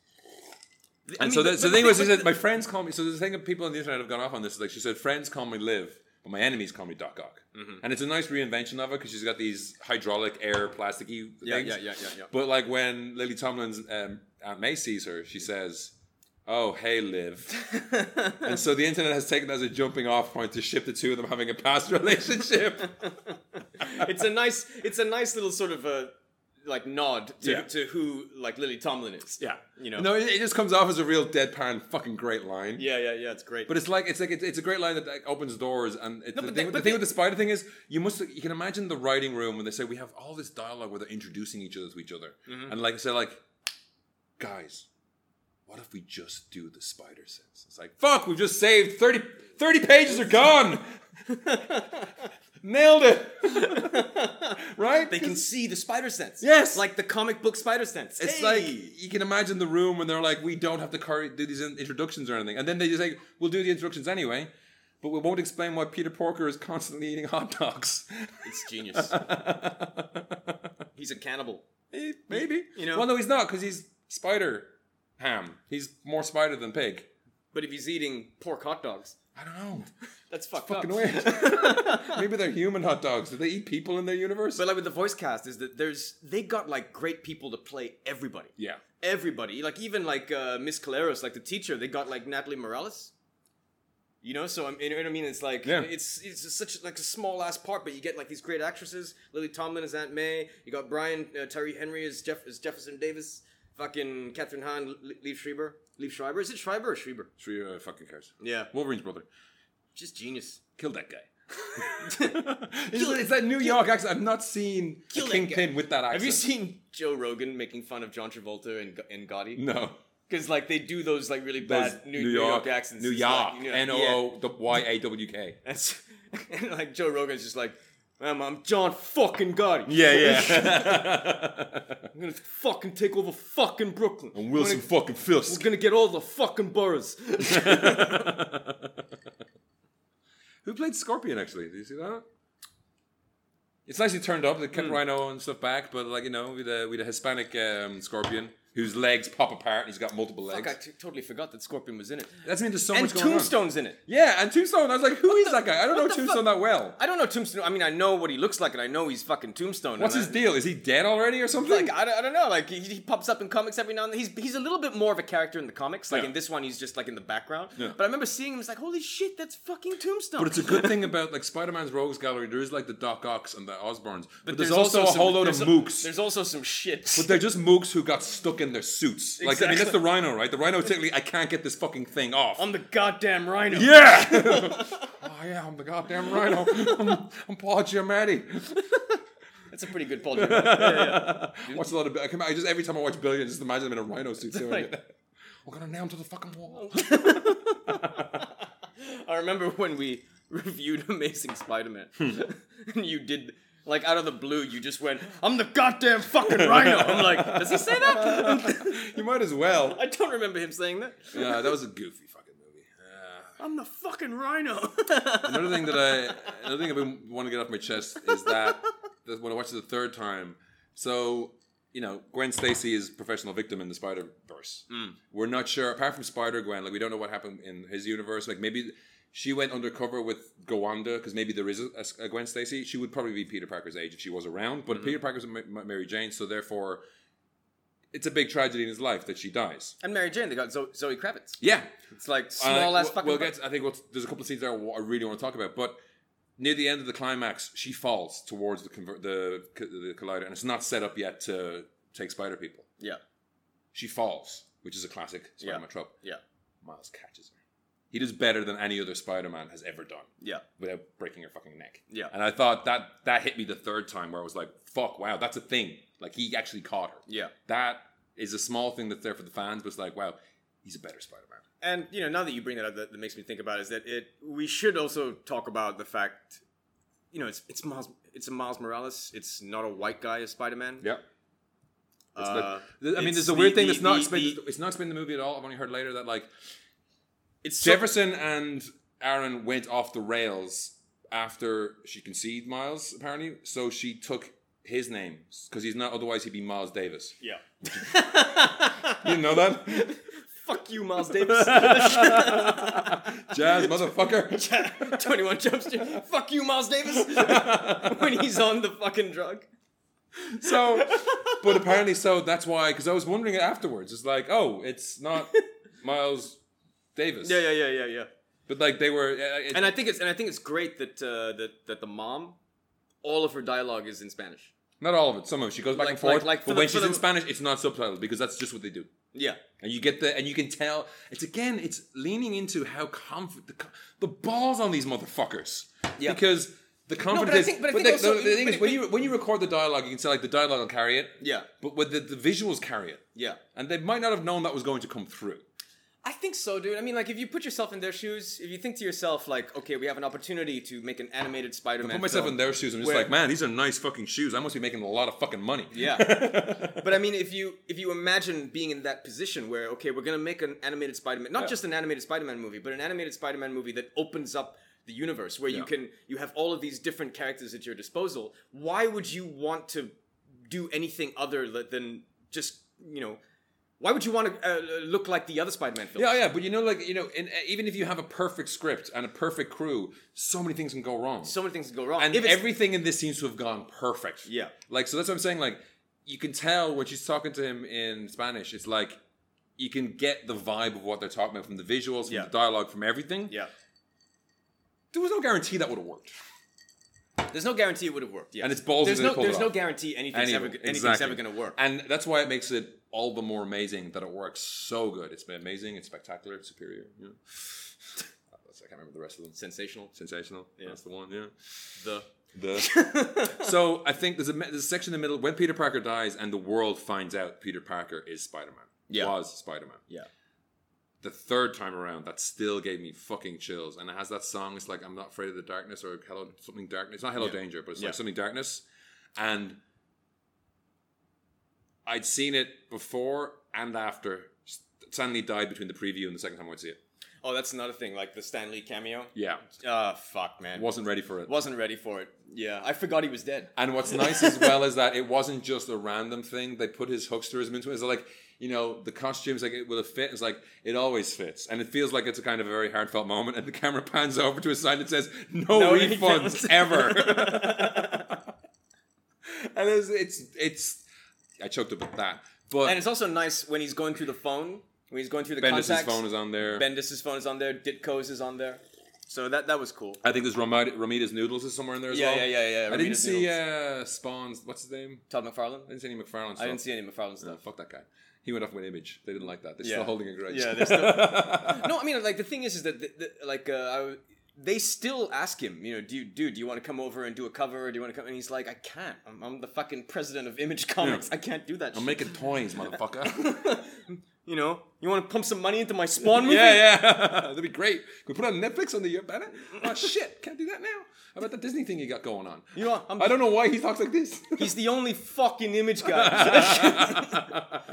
[SPEAKER 1] I
[SPEAKER 2] And
[SPEAKER 1] mean,
[SPEAKER 2] so, the, so the
[SPEAKER 1] but-
[SPEAKER 2] thing was,
[SPEAKER 1] but-
[SPEAKER 2] she said, my friends call me. So the thing that people on the internet have gone off on this is like, she said, friends call me Liv, but my enemies call me Doc Ock.
[SPEAKER 1] Mm-hmm.
[SPEAKER 2] And it's a nice reinvention of it because she's got these hydraulic air plasticky
[SPEAKER 1] Yeah,
[SPEAKER 2] things.
[SPEAKER 1] yeah, yeah, yeah, yeah.
[SPEAKER 2] But like when Lily Tomlin's um, Aunt May sees her, she says, "Oh, hey, Liv." and so the internet has taken that as a jumping off point to ship the two of them having a past relationship.
[SPEAKER 1] it's a nice it's a nice little sort of a like nod to,
[SPEAKER 2] Yeah.
[SPEAKER 1] to who like lily tomlin is you know
[SPEAKER 2] No, it, it just comes off as a real deadpan, fucking great line.
[SPEAKER 1] yeah yeah yeah it's great
[SPEAKER 2] But it's like it's like it's, it's a great line that like, opens doors, and it's,
[SPEAKER 1] No,
[SPEAKER 2] the,
[SPEAKER 1] but
[SPEAKER 2] thing,
[SPEAKER 1] they-
[SPEAKER 2] the
[SPEAKER 1] but they-
[SPEAKER 2] thing with the spider thing is you must you can imagine the writing room when they say we have all this dialogue where they're introducing each other to each other,
[SPEAKER 1] Mm-hmm.
[SPEAKER 2] and like say like, guys, what if we just do the spider sense? It's like fuck, we've just saved 30, 30 pages are gone, nailed it, right?
[SPEAKER 1] They can see the spider sense.
[SPEAKER 2] Yes.
[SPEAKER 1] like the comic book spider sense.
[SPEAKER 2] It's
[SPEAKER 1] Hey!
[SPEAKER 2] like you can imagine the room when they're like, we don't have to carry, do these in- introductions or anything, and then they just like, we'll do the introductions anyway, but we won't explain why Peter Porker is constantly eating hot dogs.
[SPEAKER 1] it's genius. He's a cannibal.
[SPEAKER 2] Eh, Maybe
[SPEAKER 1] You know?
[SPEAKER 2] Well, no, he's not because he's spider ham. He's more spider than pig.
[SPEAKER 1] But if he's eating pork hot dogs,
[SPEAKER 2] I don't know.
[SPEAKER 1] that's fucked
[SPEAKER 2] Fucking
[SPEAKER 1] up.
[SPEAKER 2] weird. Maybe they're human hot dogs. Do they eat people in their universe?
[SPEAKER 1] But like with the voice cast, is that there's they got like great people to play everybody.
[SPEAKER 2] yeah.
[SPEAKER 1] Everybody, like even like uh, Miss Caleros, like the teacher, they got like Natalie Morales. You know, so I'm, you know what I mean. It's like
[SPEAKER 2] Yeah.
[SPEAKER 1] it's it's just such like a small ass part, but you get like these great actresses. Lily Tomlin is Aunt May. You got Brian uh, Terry Henry is Jeff is Jefferson Davis. Fucking Catherine Hahn, L- Leif Schreiber. Leif Schreiber is it Schreiber or Schreiber?
[SPEAKER 2] Three uh, fucking cares.
[SPEAKER 1] Yeah,
[SPEAKER 2] Wolverine's brother.
[SPEAKER 1] just genius.
[SPEAKER 2] kill that guy. it's, it's that New York accent. I've not seen a
[SPEAKER 1] Kill that
[SPEAKER 2] Kingpin with that accent.
[SPEAKER 1] Have you seen Joe Rogan making fun of John Travolta and G- and Gotti?
[SPEAKER 2] No.
[SPEAKER 1] Because like they do those like really
[SPEAKER 2] There's
[SPEAKER 1] bad New, New York, accents.
[SPEAKER 2] New
[SPEAKER 1] It's like,
[SPEAKER 2] York.
[SPEAKER 1] you know,
[SPEAKER 2] N O O Y A W K.
[SPEAKER 1] That's and like Joe Rogan's just like, "Um, I'm John fucking Gotti.
[SPEAKER 2] Yeah, yeah.
[SPEAKER 1] I'm gonna fucking take over fucking Brooklyn.
[SPEAKER 2] and Wilson
[SPEAKER 1] We're gonna-
[SPEAKER 2] fucking Fisk.
[SPEAKER 1] We're gonna get all the fucking boroughs.
[SPEAKER 2] Who played Scorpion actually? Did you see that? It's nicely turned up. They kept
[SPEAKER 1] Hmm.
[SPEAKER 2] Rhino and stuff back, but like you know, with a with a Hispanic um, Scorpion whose legs pop apart and he's got multiple legs.
[SPEAKER 1] Fuck, I t- totally forgot that Scorpion was in it.
[SPEAKER 2] That's mean there's so
[SPEAKER 1] and
[SPEAKER 2] much going on.
[SPEAKER 1] Tombstone's in it.
[SPEAKER 2] Yeah, and Tombstone. I was like, who is that guy? I don't
[SPEAKER 1] what
[SPEAKER 2] know
[SPEAKER 1] the
[SPEAKER 2] Tombstone
[SPEAKER 1] fuck?
[SPEAKER 2] that well.
[SPEAKER 1] I don't know Tombstone. I mean, I know what he looks like, and I know he's fucking Tombstone.
[SPEAKER 2] What's
[SPEAKER 1] and
[SPEAKER 2] his
[SPEAKER 1] I-
[SPEAKER 2] deal? Is he dead already or something?
[SPEAKER 1] Like I don't, I don't know. Like he, he pops up in comics every now and then. He's he's a little bit more of a character in the comics. Like
[SPEAKER 2] Yeah.
[SPEAKER 1] in this one, he's just like in the background.
[SPEAKER 2] Yeah.
[SPEAKER 1] But I remember seeing him. It's like holy shit, that's fucking Tombstone.
[SPEAKER 2] But it's a good thing about like Spider-Man's Rogues Gallery. There is like the Doc Ock's and the Osborns, but, there's, also, a
[SPEAKER 1] some-
[SPEAKER 2] whole load of
[SPEAKER 1] there's a-
[SPEAKER 2] mooks.
[SPEAKER 1] There's also some shit.
[SPEAKER 2] But they're just mooks who got stuck in their suits. Like I mean, that's the Rhino, right? The Rhino technically, I can't get this fucking thing off.
[SPEAKER 1] I'm the goddamn Rhino.
[SPEAKER 2] yeah. oh yeah, I'm the goddamn Rhino. I'm, I'm Paul Giamatti.
[SPEAKER 1] That's a pretty good Paul. Giamatti.
[SPEAKER 2] I watch a lot of. I, come, I just every time I watch Billions, just imagine I'm in a Rhino suit doing
[SPEAKER 1] Like-
[SPEAKER 2] it. We're gonna nail him to the fucking wall.
[SPEAKER 1] I remember when we reviewed Amazing Spider-Man, and you did. Like out of the blue, you just went, "I'm the goddamn fucking Rhino." I'm like, does he say that?
[SPEAKER 2] you might as well.
[SPEAKER 1] I don't remember him saying that.
[SPEAKER 2] Yeah, that was a goofy fucking movie.
[SPEAKER 1] I'm the fucking Rhino.
[SPEAKER 2] another thing that I another thing I've been wanting to get off my chest is that, that when I watched it the third time, so you know Gwen Stacy is professional victim in the Spider Verse. We're not sure apart from Spider Gwen, like we don't know what happened in his universe. Like maybe she went undercover with Gowanda because maybe there is a, a Gwen Stacy. She would probably be Peter Parker's age if she was around, but Peter Parker's Ma- Ma- Mary Jane, so therefore. It's a big tragedy in his life that she dies.
[SPEAKER 1] and Mary Jane, they got Zo- Zoe Kravitz.
[SPEAKER 2] Yeah,
[SPEAKER 1] It's like
[SPEAKER 2] and, like,
[SPEAKER 1] small ass
[SPEAKER 2] we'll-
[SPEAKER 1] fucking.
[SPEAKER 2] We'll
[SPEAKER 1] bu-
[SPEAKER 2] get. I think what's, there's a couple of scenes there I wa- I really want to talk about, but near the end of the climax, she falls towards the conver- the c- the collider, and it's not set up yet to take spider people.
[SPEAKER 1] yeah,
[SPEAKER 2] She falls, which is a classic Spider-Man
[SPEAKER 1] Yeah.
[SPEAKER 2] trope.
[SPEAKER 1] yeah,
[SPEAKER 2] Miles catches her. He does better than any other Spider-Man has ever done
[SPEAKER 1] yeah.
[SPEAKER 2] without breaking her fucking neck.
[SPEAKER 1] Yeah.
[SPEAKER 2] And I thought that that hit me the third time where I was like, fuck, wow, that's a thing. Like he actually caught her.
[SPEAKER 1] Yeah.
[SPEAKER 2] That is a small thing that's there for the fans, but it's like, wow, he's a better Spider-Man.
[SPEAKER 1] And you know, now that you bring that up, that, that makes me think about is that it. We should also talk about the fact, you know, it's it's Miles, it's a Miles Morales. It's not a white guy as Spider Man.
[SPEAKER 2] Yep. It's
[SPEAKER 1] Uh,
[SPEAKER 2] like- I mean,
[SPEAKER 1] it's
[SPEAKER 2] there's a
[SPEAKER 1] the-
[SPEAKER 2] weird thing
[SPEAKER 1] the-
[SPEAKER 2] that's not
[SPEAKER 1] the-
[SPEAKER 2] explained.
[SPEAKER 1] the-
[SPEAKER 2] it's not explained in the movie at all. I've only heard later that like
[SPEAKER 1] It's so-
[SPEAKER 2] Jefferson and Aaron went off the rails after she conceived Miles, apparently. So she took his name because he's not otherwise he'd be Miles Davis.
[SPEAKER 1] yeah.
[SPEAKER 2] You didn't know that,
[SPEAKER 1] Fuck you, Miles Davis.
[SPEAKER 2] jazz motherfucker.
[SPEAKER 1] Twenty One Jump Street. Fuck you, Miles Davis. when he's on the fucking drug.
[SPEAKER 2] So, but apparently, so that's why. Because I was wondering it afterwards. It's like, oh, it's not Miles Davis.
[SPEAKER 1] Yeah, yeah, yeah, yeah, yeah.
[SPEAKER 2] But like they were, uh, it,
[SPEAKER 1] And I think it's and I think it's great that uh, that that the mom, all of her dialogue is in Spanish.
[SPEAKER 2] not all of it. Some of it. She goes back
[SPEAKER 1] Like-
[SPEAKER 2] and forth.
[SPEAKER 1] like- like for
[SPEAKER 2] but
[SPEAKER 1] the-
[SPEAKER 2] when
[SPEAKER 1] for
[SPEAKER 2] she's
[SPEAKER 1] the-
[SPEAKER 2] in Spanish, it's not subtitled because that's just what they do.
[SPEAKER 1] Yeah.
[SPEAKER 2] And you get the, and you can tell. It's again, it's leaning into how confident the, co- the balls on these motherfuckers.
[SPEAKER 1] Yeah.
[SPEAKER 2] Because the confidence.
[SPEAKER 1] I think- but I think
[SPEAKER 2] the,
[SPEAKER 1] also-
[SPEAKER 2] the, the thing
[SPEAKER 1] but
[SPEAKER 2] is,
[SPEAKER 1] it-
[SPEAKER 2] when you when you record the dialogue, you can say like the dialogue will carry it.
[SPEAKER 1] Yeah.
[SPEAKER 2] But with the, the visuals carry it.
[SPEAKER 1] Yeah.
[SPEAKER 2] And they might not have known that was going to come through.
[SPEAKER 1] I think so, dude. I mean, like, if you put yourself in their shoes, if you think to yourself, like, okay, we have an opportunity to make an animated Spider-Man.
[SPEAKER 2] Put myself
[SPEAKER 1] film.
[SPEAKER 2] in their shoes. I'm just
[SPEAKER 1] where-
[SPEAKER 2] like, man, these are nice fucking shoes. I must be making a lot of fucking money.
[SPEAKER 1] Yeah. but I mean, if you if you imagine being in that position where okay, we're gonna make an animated Spider-Man, not just an animated Spider-Man movie, but an animated Spider-Man movie that opens up the universe where you
[SPEAKER 2] Yeah.
[SPEAKER 1] can you have all of these different characters at your disposal. Why would you want to do anything other li- than just you know? Why would you want to uh, look like the other Spider-Man films?
[SPEAKER 2] Yeah, yeah, but you know, like you know, in, even if you have a perfect script and a perfect crew, so many things can go wrong.
[SPEAKER 1] So many things can go wrong.
[SPEAKER 2] and
[SPEAKER 1] If it's-
[SPEAKER 2] everything in this seems to have gone perfect.
[SPEAKER 1] Yeah.
[SPEAKER 2] like so that's what I'm saying. Like you can tell when she's talking to him in Spanish, it's like you can get the vibe of what they're talking about from the visuals, from
[SPEAKER 1] Yeah.
[SPEAKER 2] the dialogue, from everything.
[SPEAKER 1] yeah.
[SPEAKER 2] there was no guarantee that would have worked.
[SPEAKER 1] There's no guarantee it would have worked. Yeah.
[SPEAKER 2] And it's ballsy
[SPEAKER 1] There's
[SPEAKER 2] that they
[SPEAKER 1] no
[SPEAKER 2] pulled it
[SPEAKER 1] there's no
[SPEAKER 2] off.
[SPEAKER 1] guarantee anything's
[SPEAKER 2] Any of
[SPEAKER 1] ever
[SPEAKER 2] it.
[SPEAKER 1] anything's
[SPEAKER 2] Exactly.
[SPEAKER 1] ever gonna work.
[SPEAKER 2] and that's why it makes it all the more amazing that it works so good. It's been amazing. It's spectacular. It's superior. You know? I can't remember the rest of them.
[SPEAKER 1] Sensational.
[SPEAKER 2] Sensational. That's the one. Yeah.
[SPEAKER 1] The
[SPEAKER 2] The- so I think there's a me- there's a section in the middle when Peter Parker dies and the world finds out Peter Parker is Spider Man.
[SPEAKER 1] Yeah.
[SPEAKER 2] Was Spider Man.
[SPEAKER 1] yeah.
[SPEAKER 2] the third time around, that still gave me fucking chills. And it has that song. It's like I'm not afraid of the darkness or hello something darkness. It's not hello danger, but it's
[SPEAKER 1] Yeah.
[SPEAKER 2] like something darkness. And I'd seen it before and after. Suddenly died between the preview and the second time I'd see it.
[SPEAKER 1] Oh, that's another thing, like the Stanley cameo.
[SPEAKER 2] Yeah,
[SPEAKER 1] Ah, fuck, man.
[SPEAKER 2] wasn't ready for it.
[SPEAKER 1] Wasn't ready for it. Yeah, I forgot he was dead.
[SPEAKER 2] And what's nice as well is that it wasn't just a random thing. They put his hooksterism into it. It's like, you know, the costumes, like, it will it fit? It's like, it always fits. And it feels like it's a kind of a very heartfelt moment. And the camera pans over to his side and says, no,
[SPEAKER 1] No
[SPEAKER 2] refunds
[SPEAKER 1] refunds."
[SPEAKER 2] ever. and it's, it's, it's, I choked up at that. But
[SPEAKER 1] And it's also nice when he's going through the phone, when he's going through the
[SPEAKER 2] Bendis'
[SPEAKER 1] contacts.
[SPEAKER 2] phone is on there.
[SPEAKER 1] Bendis' phone is on there. Ditko's is on there. So that that was cool.
[SPEAKER 2] I think there's Ramita, Ramita's Noodles is somewhere in there as
[SPEAKER 1] Yeah,
[SPEAKER 2] well.
[SPEAKER 1] yeah, yeah, yeah,
[SPEAKER 2] I didn't
[SPEAKER 1] Ramita's
[SPEAKER 2] see uh, Spawn's, what's his name?
[SPEAKER 1] Todd McFarlane.
[SPEAKER 2] I didn't see any McFarlane
[SPEAKER 1] I didn't
[SPEAKER 2] stuff.
[SPEAKER 1] see any McFarlane stuff.
[SPEAKER 2] No, fuck that guy. He went off with image. They didn't like that. They're
[SPEAKER 1] Yeah.
[SPEAKER 2] still holding a grudge.
[SPEAKER 1] Yeah, they're still- no, I mean, like the thing is, is that the, the, like uh, I w they still ask him, you know, do you, dude, do you want to come over and do a cover? Or do you want to come? And he's like, I can't. I'm, I'm the fucking president of Image Comics. I can't do that.
[SPEAKER 2] I'm
[SPEAKER 1] shit."
[SPEAKER 2] making toys, motherfucker.
[SPEAKER 1] you know, you want to pump some money into my Spawn movie?
[SPEAKER 2] yeah, yeah. That'd be great. Can we put it on Netflix under your banner? Oh, shit. Can't do that now. How about that Disney thing you got going on?
[SPEAKER 1] You know, I'm,
[SPEAKER 2] I don't know why he talks like this.
[SPEAKER 1] He's the only fucking image guy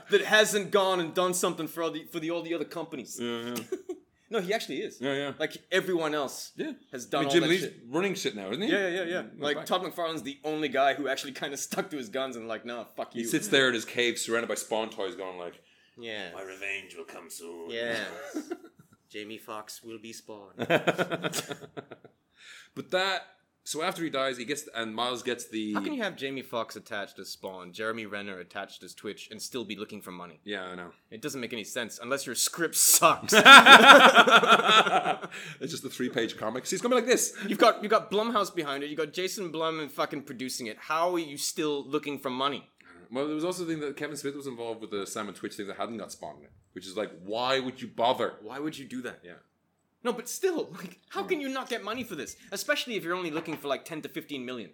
[SPEAKER 1] that hasn't gone and done something for all the for the all the other companies.
[SPEAKER 2] yeah.
[SPEAKER 1] No, he actually is.
[SPEAKER 2] Yeah, yeah.
[SPEAKER 1] Like everyone else
[SPEAKER 2] yeah.
[SPEAKER 1] has done
[SPEAKER 2] I mean,
[SPEAKER 1] all
[SPEAKER 2] Jim
[SPEAKER 1] that
[SPEAKER 2] Lee's
[SPEAKER 1] shit.
[SPEAKER 2] running shit now, isn't he?
[SPEAKER 1] Yeah, yeah, yeah.
[SPEAKER 2] Look
[SPEAKER 1] Like
[SPEAKER 2] Mm, back.
[SPEAKER 1] Todd McFarlane's the only guy who actually kind of stuck to his guns and like, nah, fuck you.
[SPEAKER 2] He sits there in his cave surrounded by Spawn toys going like,
[SPEAKER 1] Yeah.
[SPEAKER 2] My revenge will come soon.
[SPEAKER 1] Yeah. Jamie Fox will be spawned.
[SPEAKER 2] But that... So after he dies, he gets... And Miles gets the...
[SPEAKER 1] How can you have Jamie Fox attached as Spawn, Jeremy Renner attached as Twitch, and still be looking for money?
[SPEAKER 2] yeah, I know.
[SPEAKER 1] It doesn't make any sense unless your script sucks.
[SPEAKER 2] It's just the three-page comics. He's going to be like this.
[SPEAKER 1] You've got you've got Blumhouse behind it. You got Jason Blum and fucking producing it. How are you still looking for money?
[SPEAKER 2] Well, there was also the thing that Kevin Smith was involved with the Sam and Twitch thing that hadn't got spawned in it, which is like, why would you bother?
[SPEAKER 1] Why would you do that?
[SPEAKER 2] Yeah.
[SPEAKER 1] No, but still, like, how can you not get money for this? Especially if you're only looking for like ten to fifteen million.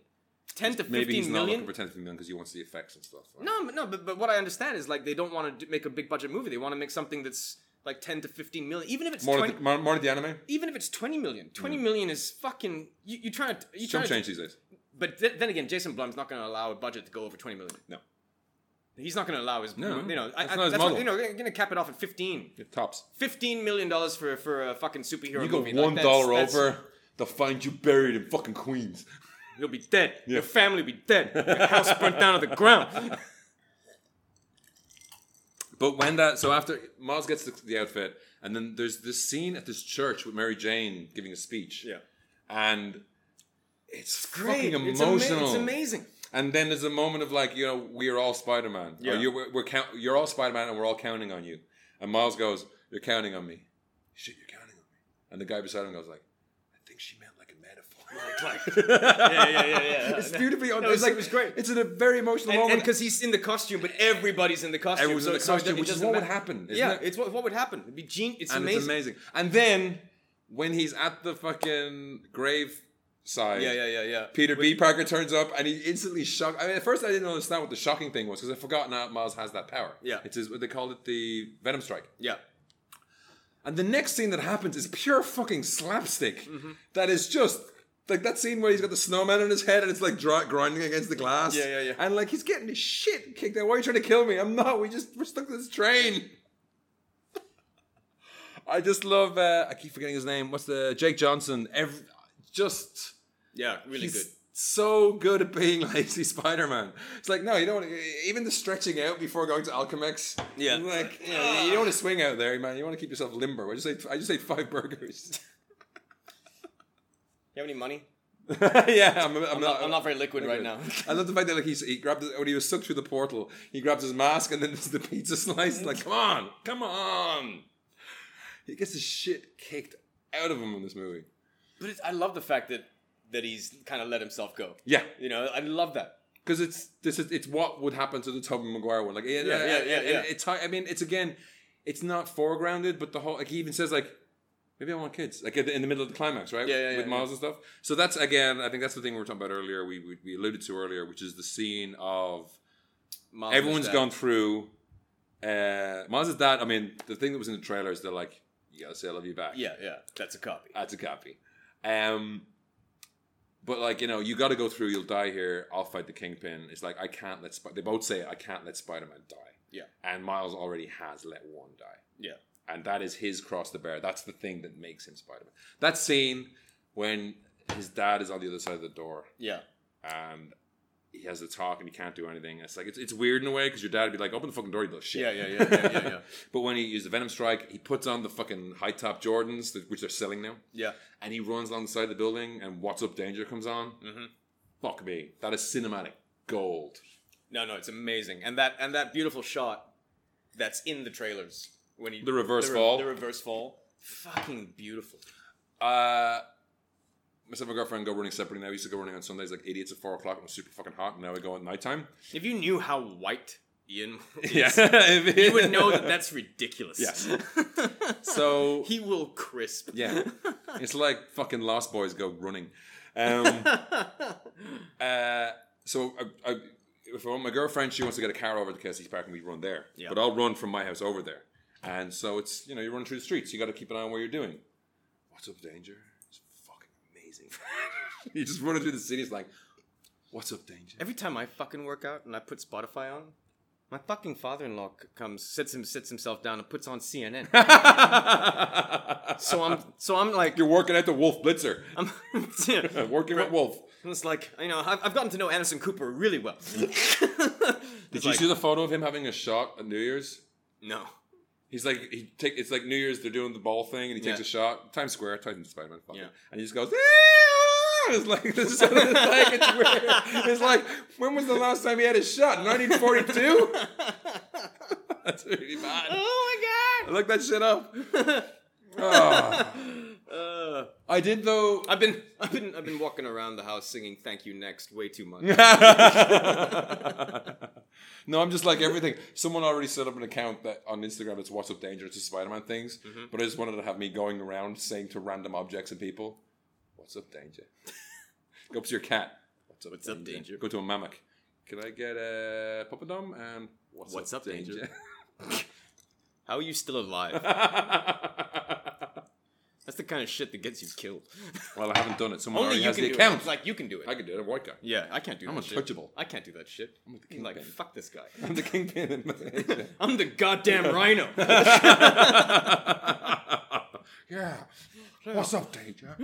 [SPEAKER 1] Ten to
[SPEAKER 2] Maybe he's
[SPEAKER 1] fifteen
[SPEAKER 2] not
[SPEAKER 1] million.
[SPEAKER 2] looking for 10 million because he wants the effects and stuff. right?
[SPEAKER 1] No, but no, but, but what I understand is like they don't want to make a big budget movie. They want to make something that's like ten to fifteen million. Even if it's
[SPEAKER 2] More,
[SPEAKER 1] twenty,
[SPEAKER 2] of the, more, more of the anime?
[SPEAKER 1] even if it's twenty million, twenty million is fucking. You, you trying to you
[SPEAKER 2] Some
[SPEAKER 1] trying to
[SPEAKER 2] change these days.
[SPEAKER 1] But th- then again, Jason Blum's not going to allow a budget to go over twenty million.
[SPEAKER 2] No.
[SPEAKER 1] He's not going to allow his.
[SPEAKER 2] No,
[SPEAKER 1] you know, I,
[SPEAKER 2] that's
[SPEAKER 1] I,
[SPEAKER 2] not his
[SPEAKER 1] that's what,
[SPEAKER 2] model.
[SPEAKER 1] you know, we're going to cap it off at fifteen.
[SPEAKER 2] It tops.
[SPEAKER 1] Fifteen million dollars for for a fucking superhero
[SPEAKER 2] You go
[SPEAKER 1] movie.
[SPEAKER 2] one
[SPEAKER 1] like,
[SPEAKER 2] dollar
[SPEAKER 1] that's- that's-
[SPEAKER 2] over, they'll find you buried in fucking Queens.
[SPEAKER 1] you'll be dead.
[SPEAKER 2] Yeah.
[SPEAKER 1] Your family will be dead. Your house burnt down to the ground.
[SPEAKER 2] But when that, so after Miles gets the, the outfit, and then there's this scene at this church with Mary Jane giving a speech. And it's, fucking emotional.
[SPEAKER 1] It's, ama- it's amazing.
[SPEAKER 2] And then there's a moment of like, you know, we are all Spider Man.
[SPEAKER 1] Yeah.
[SPEAKER 2] You're, we're, we're count, you're all Spider Man and we're all counting on you. And Miles goes, You're counting on me. Shit, you're counting on me. And the guy beside him goes, like, I think she meant like a metaphor. Like,
[SPEAKER 1] Yeah, yeah, yeah, yeah.
[SPEAKER 2] it's beautifully on.
[SPEAKER 1] No,
[SPEAKER 2] it's
[SPEAKER 1] it's-
[SPEAKER 2] like,
[SPEAKER 1] it was great.
[SPEAKER 2] It's in a very emotional
[SPEAKER 1] and
[SPEAKER 2] moment.
[SPEAKER 1] because he's in the costume, but everybody's in the costume.
[SPEAKER 2] Everyone's in
[SPEAKER 1] so-
[SPEAKER 2] the
[SPEAKER 1] so it
[SPEAKER 2] costume,
[SPEAKER 1] do- it
[SPEAKER 2] which is
[SPEAKER 1] doesn't
[SPEAKER 2] what would
[SPEAKER 1] matter.
[SPEAKER 2] happen, isn't
[SPEAKER 1] yeah,
[SPEAKER 2] it?
[SPEAKER 1] it's what, what would happen. It'd be gene. It's
[SPEAKER 2] and
[SPEAKER 1] amazing.
[SPEAKER 2] it's amazing. And then when he's at the fucking grave side,
[SPEAKER 1] Yeah, yeah, yeah, yeah.
[SPEAKER 2] Peter B. Parker turns up and he instantly shocked. I mean, at first I didn't understand what the shocking thing was because I forgot now Miles has that power.
[SPEAKER 1] Yeah.
[SPEAKER 2] It's his, what they called it the Venom Strike.
[SPEAKER 1] Yeah.
[SPEAKER 2] And the next scene that happens is pure fucking slapstick. That is just like that scene where he's got the snowman on his head and it's like dry, grinding against the glass.
[SPEAKER 1] Yeah, yeah, yeah.
[SPEAKER 2] And like he's getting his shit kicked out. Why are you trying to kill me? I'm not. We just we're stuck to this train. I just love. Uh, I keep forgetting his name. What's the Jake Johnson? Every, just
[SPEAKER 1] Yeah, really
[SPEAKER 2] he's
[SPEAKER 1] good.
[SPEAKER 2] so good at being lazy Spider-Man. It's like no, you don't. wanna- Even the stretching out before going to Alchemex.
[SPEAKER 1] Yeah. Ah.
[SPEAKER 2] like you, know, you don't want to swing out there, man. You want to keep yourself limber. I just ate, I just ate five burgers.
[SPEAKER 1] You have any money?
[SPEAKER 2] yeah, I'm, I'm,
[SPEAKER 1] I'm not, I'm not very liquid right now.
[SPEAKER 2] I love the fact that like he's, he grabbed his, when he was sucked through the portal, he grabs his mask and then there's the pizza slice. Like, come on, come on! He gets his shit kicked out of him in this movie.
[SPEAKER 1] But it's, I love the fact that that he's kind of let himself go.
[SPEAKER 2] Yeah,
[SPEAKER 1] You know, I love that.
[SPEAKER 2] because it's this is it's what would happen to the Tobey Maguire one. Like, yeah, yeah,
[SPEAKER 1] yeah, yeah, yeah.
[SPEAKER 2] It's hard- I mean, it's again, it's not foregrounded, but the whole like he even says like, maybe I want kids. Like at the- in the middle of the climax, right?
[SPEAKER 1] Yeah, yeah,
[SPEAKER 2] With
[SPEAKER 1] yeah,
[SPEAKER 2] Miles and stuff. So that's again, I think that's the thing we were talking about earlier. We we, we alluded to earlier, which is the scene of
[SPEAKER 1] Miles
[SPEAKER 2] everyone's
[SPEAKER 1] Mustad.
[SPEAKER 2] gone through. Uh, Miles' dad. I mean, the thing that was in the trailer is they're like, You gotta say I love you back.
[SPEAKER 1] Yeah, yeah, that's a copy.
[SPEAKER 2] That's a copy. Um, but like you know, you got to go through. You'll die here. I'll fight the kingpin. It's like I can't let. Sp- they both say I can't let Spider Man die.
[SPEAKER 1] Yeah.
[SPEAKER 2] And Miles already has let one die.
[SPEAKER 1] Yeah.
[SPEAKER 2] And that is his cross to bear. That's the thing that makes him Spider Man. That scene when his dad is on the other side of the door
[SPEAKER 1] Yeah.
[SPEAKER 2] and he has the talk and he can't do anything. It's like it's, it's weird in a way because your dad would be like, "Open the fucking door, you little shit."
[SPEAKER 1] Yeah, yeah, yeah, yeah, yeah, yeah.
[SPEAKER 2] but when he used the Venom Strike, he puts on the fucking high top Jordans, that- which they're selling now,
[SPEAKER 1] Yeah.
[SPEAKER 2] and he runs along the side of the building. And What's Up Danger comes on. Mm-hmm. Fuck me, that is cinematic gold.
[SPEAKER 1] No, no, it's amazing. And that and that beautiful shot that's in the trailers when he
[SPEAKER 2] The reverse
[SPEAKER 1] the
[SPEAKER 2] fall.
[SPEAKER 1] The reverse fall. Fucking beautiful.
[SPEAKER 2] Uh, myself and my girlfriend go running separately now. We used to go running on Sundays like idiots at four o'clock. It was super fucking hot, and now we go at nighttime.
[SPEAKER 1] If you knew how white Ian is,
[SPEAKER 2] you
[SPEAKER 1] you would know that that's ridiculous.
[SPEAKER 2] Yes. so
[SPEAKER 1] he will crisp.
[SPEAKER 2] Yeah. it's like fucking Lost Boys go running. Um, uh, so I, I, if I want my girlfriend, she wants to get a car over to Kelsey's Park and we run there.
[SPEAKER 1] Yeah.
[SPEAKER 2] But I'll run from my house over there. And so it's, you know, you're running through the streets. You got to keep an eye on what you're doing. What's up, danger? It's fucking amazing. you're just running through the city. It's like, what's up, danger?
[SPEAKER 1] Every time I fucking work out and I put Spotify on, my fucking father-in-law c- comes, sits him, sits himself down and puts on CNN. so I'm, so I'm like,
[SPEAKER 2] You're working at the Wolf Blitzer.
[SPEAKER 1] I'm,
[SPEAKER 2] working at Wolf.
[SPEAKER 1] It's like you know, I've, I've gotten to know Anderson Cooper really well.
[SPEAKER 2] Did you see the photo of him having a shot at New Year's?
[SPEAKER 1] No.
[SPEAKER 2] He's like he take it's like New Year's they're doing the ball thing and he takes
[SPEAKER 1] Yeah.
[SPEAKER 2] a shot Times Square Times Spider Man
[SPEAKER 1] Yeah.
[SPEAKER 2] and he just goes "Ah!" it's like this is, it's like it's weird. It's like when was the last time he had a shot 1942 that's really bad
[SPEAKER 1] Oh
[SPEAKER 2] I looked that shit up
[SPEAKER 1] my
[SPEAKER 2] Ah.
[SPEAKER 1] god. Uh,
[SPEAKER 2] I did though
[SPEAKER 1] I've been I've been I've been walking around the house singing "Thank You Next" way too much.
[SPEAKER 2] no, I'm just like everything. Someone already set up an account that on Instagram. It's what's up danger. It's a Spider-Man things.
[SPEAKER 1] Mm-hmm.
[SPEAKER 2] But I just wanted to have me going around saying to random objects and people, "What's up danger?" Go up to your cat. What's up?
[SPEAKER 1] What's up, danger?
[SPEAKER 2] Go to a mammoth. Can I get a puppadom and what's,
[SPEAKER 1] What's
[SPEAKER 2] up,
[SPEAKER 1] up, danger? How are you still alive? That's the kind of shit that gets you killed.
[SPEAKER 2] well, I haven't done it. Someone
[SPEAKER 1] Only
[SPEAKER 2] already
[SPEAKER 1] you
[SPEAKER 2] has
[SPEAKER 1] can
[SPEAKER 2] the
[SPEAKER 1] do
[SPEAKER 2] account.
[SPEAKER 1] it. Like you can do it.
[SPEAKER 2] I can do it. I'm a white guy.
[SPEAKER 1] yeah, I can't do
[SPEAKER 2] I'm
[SPEAKER 1] that. shit.
[SPEAKER 2] untouchable.
[SPEAKER 1] I can't do that shit. I'm
[SPEAKER 2] the
[SPEAKER 1] like
[SPEAKER 2] kingpin.
[SPEAKER 1] fuck this guy.
[SPEAKER 2] I'm the kingpin.
[SPEAKER 1] I'm the goddamn rhino.
[SPEAKER 2] yeah. What's up, Danger?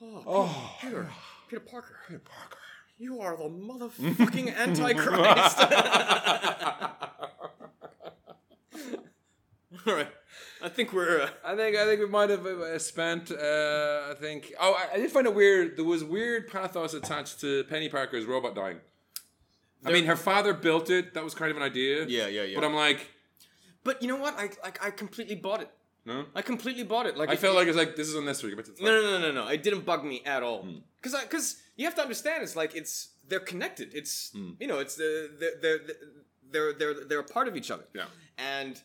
[SPEAKER 1] Oh, Peter Parker,
[SPEAKER 2] Peter Parker.
[SPEAKER 1] you are the motherfucking antichrist. All right, I think we're. Uh,
[SPEAKER 2] I think I think we might have uh, spent. Uh, I think. Oh, I, I did find it weird. There was weird pathos attached to Penny Parker's robot dying. I mean, her father built it. That was kind of an idea.
[SPEAKER 1] Yeah, yeah, yeah.
[SPEAKER 2] But I'm like,
[SPEAKER 1] But you know what? I like I completely bought it.
[SPEAKER 2] no.
[SPEAKER 1] I completely bought it. Like
[SPEAKER 2] I
[SPEAKER 1] it-
[SPEAKER 2] felt like it's like this is unnecessary. But it's like,
[SPEAKER 1] no, no, no, no, no. It didn't bug me at all.
[SPEAKER 2] Hmm.
[SPEAKER 1] Because because you have to understand, it's like it's they're connected. It's
[SPEAKER 2] Hmm.
[SPEAKER 1] you know, it's the they're they're they're they're they're a part of each other.
[SPEAKER 2] Yeah.
[SPEAKER 1] and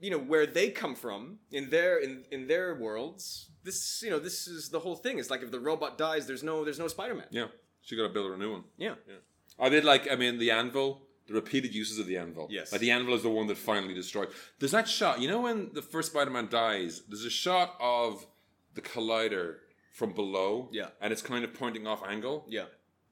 [SPEAKER 1] you know where they come from in their in in their worlds. This you know this is the whole thing. It's like if the robot dies, there's no there's no Spider Man.
[SPEAKER 2] Yeah, she got to build her a new one.
[SPEAKER 1] Yeah.
[SPEAKER 2] I did like, I mean, the anvil, the repeated uses of the anvil.
[SPEAKER 1] Yes.
[SPEAKER 2] Like, the anvil is the one that finally destroyed. There's that shot, you know, when the first Spider Man dies, there's a shot of the collider from below.
[SPEAKER 1] Yeah.
[SPEAKER 2] And it's kind of pointing off angle.
[SPEAKER 1] yeah.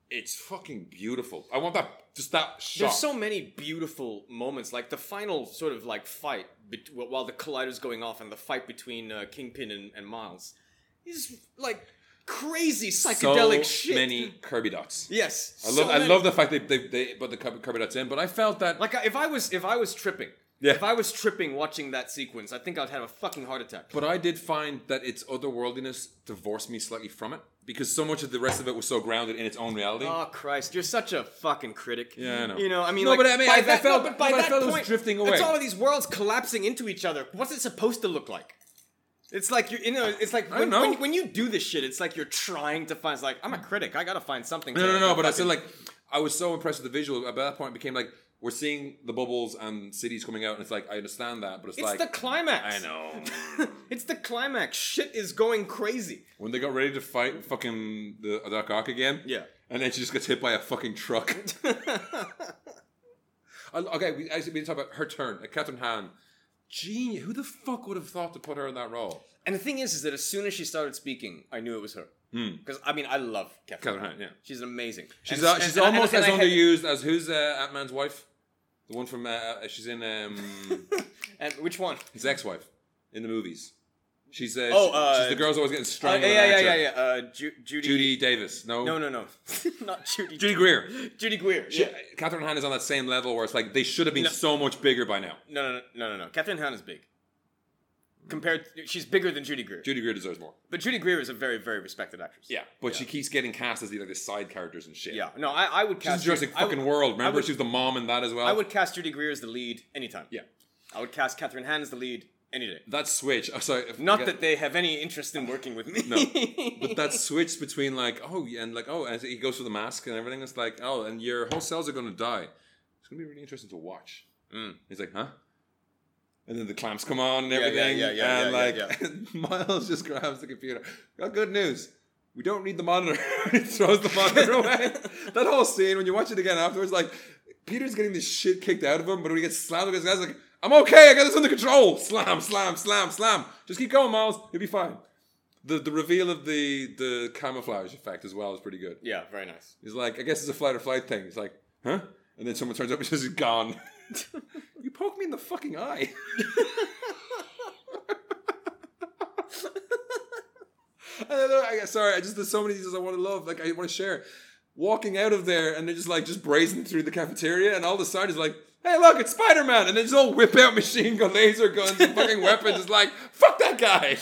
[SPEAKER 2] It's fucking beautiful. I want that, just that shot.
[SPEAKER 1] There's so many beautiful moments, like the final sort of like fight bet- while the collider's going off, and the fight between uh, Kingpin and, and Miles is like crazy psychedelic
[SPEAKER 2] So
[SPEAKER 1] shit.
[SPEAKER 2] many Kirby dots.
[SPEAKER 1] Yes,
[SPEAKER 2] I
[SPEAKER 1] so
[SPEAKER 2] love, I
[SPEAKER 1] many.
[SPEAKER 2] love the fact they, they, they put the Kirby Kirby dots in, but I felt that.
[SPEAKER 1] Like I- if I was if I was tripping,
[SPEAKER 2] Yeah.
[SPEAKER 1] if I was tripping watching that sequence, I think I'd have a fucking heart attack.
[SPEAKER 2] But I did find that its otherworldliness divorced me slightly from it because so much of the rest of it was so grounded in its own reality.
[SPEAKER 1] Oh Christ! You're such a fucking critic.
[SPEAKER 2] Yeah, I know.
[SPEAKER 1] You know, I mean,
[SPEAKER 2] No,
[SPEAKER 1] like,
[SPEAKER 2] but I mean,
[SPEAKER 1] by
[SPEAKER 2] I- I
[SPEAKER 1] that,
[SPEAKER 2] felt-
[SPEAKER 1] no, but by
[SPEAKER 2] but I
[SPEAKER 1] that
[SPEAKER 2] felt it was
[SPEAKER 1] point,
[SPEAKER 2] drifting away.
[SPEAKER 1] It's all of these worlds collapsing into each other. What's it supposed to look like? It's like you, you know, it's like
[SPEAKER 2] I
[SPEAKER 1] when,
[SPEAKER 2] don't know.
[SPEAKER 1] when when you do this shit, it's like you're trying to find. It's like I'm a critic. I gotta find something.
[SPEAKER 2] No,
[SPEAKER 1] to,
[SPEAKER 2] no,
[SPEAKER 1] to
[SPEAKER 2] no. But I
[SPEAKER 1] fucking-
[SPEAKER 2] said like I was so impressed with the visual. At that point, it became like we're seeing the bubbles and cities coming out, and it's like I understand that, but it's,
[SPEAKER 1] it's
[SPEAKER 2] like
[SPEAKER 1] the climax.
[SPEAKER 2] I know.
[SPEAKER 1] it's the climax. Shit is going crazy.
[SPEAKER 2] when they got ready to fight fucking the Dark Ark again,
[SPEAKER 1] Yeah.
[SPEAKER 2] and then she just gets hit by a fucking truck. I, okay, we actually we didn't talk about her turn. Uh, Catherine Hahn Genius. Who the fuck would have thought to put her in that role?
[SPEAKER 1] And the thing is, is that as soon as she started speaking, I knew it was her. Because I mean, I love Catherine.
[SPEAKER 2] Hmm. Catherine
[SPEAKER 1] Hahn.
[SPEAKER 2] Hahn, yeah.
[SPEAKER 1] she's amazing.
[SPEAKER 2] She's,
[SPEAKER 1] And-
[SPEAKER 2] uh,
[SPEAKER 1] and-
[SPEAKER 2] she's
[SPEAKER 1] and- and-
[SPEAKER 2] almost
[SPEAKER 1] and I
[SPEAKER 2] as
[SPEAKER 1] had-
[SPEAKER 2] underused as who's uh, Ant Man's wife? The one from uh, uh, she's in um,
[SPEAKER 1] And which one? Uh,
[SPEAKER 2] his ex-wife in the movies. She's uh,
[SPEAKER 1] Oh,
[SPEAKER 2] she-
[SPEAKER 1] uh,
[SPEAKER 2] she's the girl's always getting
[SPEAKER 1] Uh,
[SPEAKER 2] strangled.
[SPEAKER 1] yeah,
[SPEAKER 2] with
[SPEAKER 1] yeah,
[SPEAKER 2] an
[SPEAKER 1] yeah,
[SPEAKER 2] actor.
[SPEAKER 1] yeah. Uh, Ju- Judy.
[SPEAKER 2] Judy Davis. No,
[SPEAKER 1] No, no, no. Not Judy.
[SPEAKER 2] Judy Greer.
[SPEAKER 1] Judy Greer.
[SPEAKER 2] She-
[SPEAKER 1] Yeah.
[SPEAKER 2] Catherine Hahn is on that same level where it's like they should have been so much bigger by now.
[SPEAKER 1] No, no, no, no, no, no. Catherine Hahn is big. Compared, she's bigger than Judy Greer.
[SPEAKER 2] Judy Greer deserves more.
[SPEAKER 1] but Judy Greer is a very, very respected actress.
[SPEAKER 2] Yeah, but she keeps getting cast as the, like the side characters and shit.
[SPEAKER 1] Yeah. No, I, I would
[SPEAKER 2] she's in
[SPEAKER 1] cast.
[SPEAKER 2] Jurassic
[SPEAKER 1] I would-
[SPEAKER 2] fucking World.
[SPEAKER 1] I
[SPEAKER 2] Remember,
[SPEAKER 1] would-
[SPEAKER 2] she was the mom in that as well.
[SPEAKER 1] I would cast Judy Greer as the lead anytime.
[SPEAKER 2] Yeah,
[SPEAKER 1] I would cast Catherine Hahn as the lead any day.
[SPEAKER 2] that switch. Oh, sorry, if-
[SPEAKER 1] Not
[SPEAKER 2] yeah.
[SPEAKER 1] that they have any interest in working with me.
[SPEAKER 2] No. but that switch between like oh yeah, and like oh and he goes for the mask and everything it's like oh and your whole cells are going to die it's going to be really interesting to watch he's like huh and then the clamps come on and
[SPEAKER 1] Mm. yeah,
[SPEAKER 2] everything
[SPEAKER 1] yeah, yeah,
[SPEAKER 2] and
[SPEAKER 1] yeah,
[SPEAKER 2] like
[SPEAKER 1] yeah,
[SPEAKER 2] miles just grabs the computer got good news we don't need the monitor he throws the monitor away that whole scene when you watch it again afterwards like peter's getting this shit kicked out of him but when he gets slammed against the guy's like i'm okay i got this under control slam slam slam slam just keep going miles you'll be fine the, the reveal of the, the camouflage effect as well is pretty good.
[SPEAKER 1] yeah, very nice.
[SPEAKER 2] He's like, I guess it's a flight or flight thing. He's like, huh? And then someone turns up and says, he's gone. you poked me in the fucking eye. I don't know. I, sorry, I just, there's so many things I want to love. Like, I want to share. Walking out of there and they're just like, just brazen through the cafeteria and all of a sudden is like, hey, look, it's Spider Man. And they just all whip out machine gun, laser guns, and fucking weapons. It's like, fuck that guy.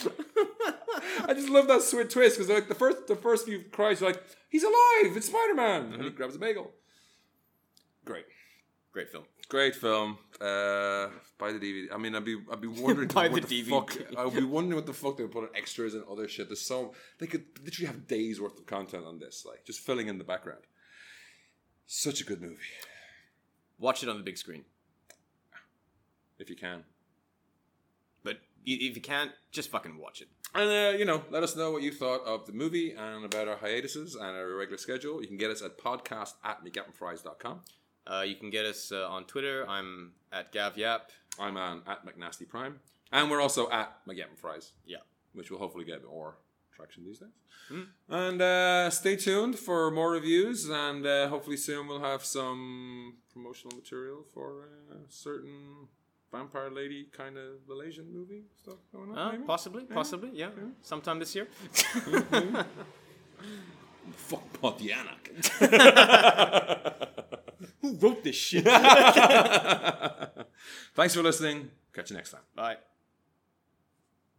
[SPEAKER 2] I just love that sweet twist because like the first the first few cries are like he's alive, it's Spider Man, and he grabs a bagel. Great,
[SPEAKER 1] Great film.
[SPEAKER 2] great film. Uh, buy the DVD. I mean, I'd be I'd be wondering
[SPEAKER 1] Buy
[SPEAKER 2] what
[SPEAKER 1] the
[SPEAKER 2] the,
[SPEAKER 1] DVD.
[SPEAKER 2] fuck I'd be wondering what the fuck they would put on extras and other shit. There's so they could literally have days worth of content on this, like just filling in the background. Such a good movie,
[SPEAKER 1] Watch it on the big screen.
[SPEAKER 2] if you can.
[SPEAKER 1] But i- if you can't, just fucking watch it.
[SPEAKER 2] And uh, you know, let us know what you thought of the movie and about our hiatuses and our regular schedule. You can get us at podcast at mcgapandfries.com.
[SPEAKER 1] Uh, you can get us uh, on Twitter. I'm at Gav Yap.
[SPEAKER 2] I'm on at McNasty Prime, and we're also at McGettin Fries,
[SPEAKER 1] Yeah.
[SPEAKER 2] which will hopefully get more traction these days.
[SPEAKER 1] Hmm.
[SPEAKER 2] And uh, stay tuned for more reviews, and uh, hopefully soon we'll have some promotional material for a certain vampire lady kind of Malaysian movie stuff going on.
[SPEAKER 1] Uh,
[SPEAKER 2] maybe?
[SPEAKER 1] possibly, possibly, yeah. Sometime this year.
[SPEAKER 2] Fuck Pontianak.
[SPEAKER 1] Who wrote this shit?
[SPEAKER 2] Thanks for listening. Catch you next time.
[SPEAKER 1] Bye.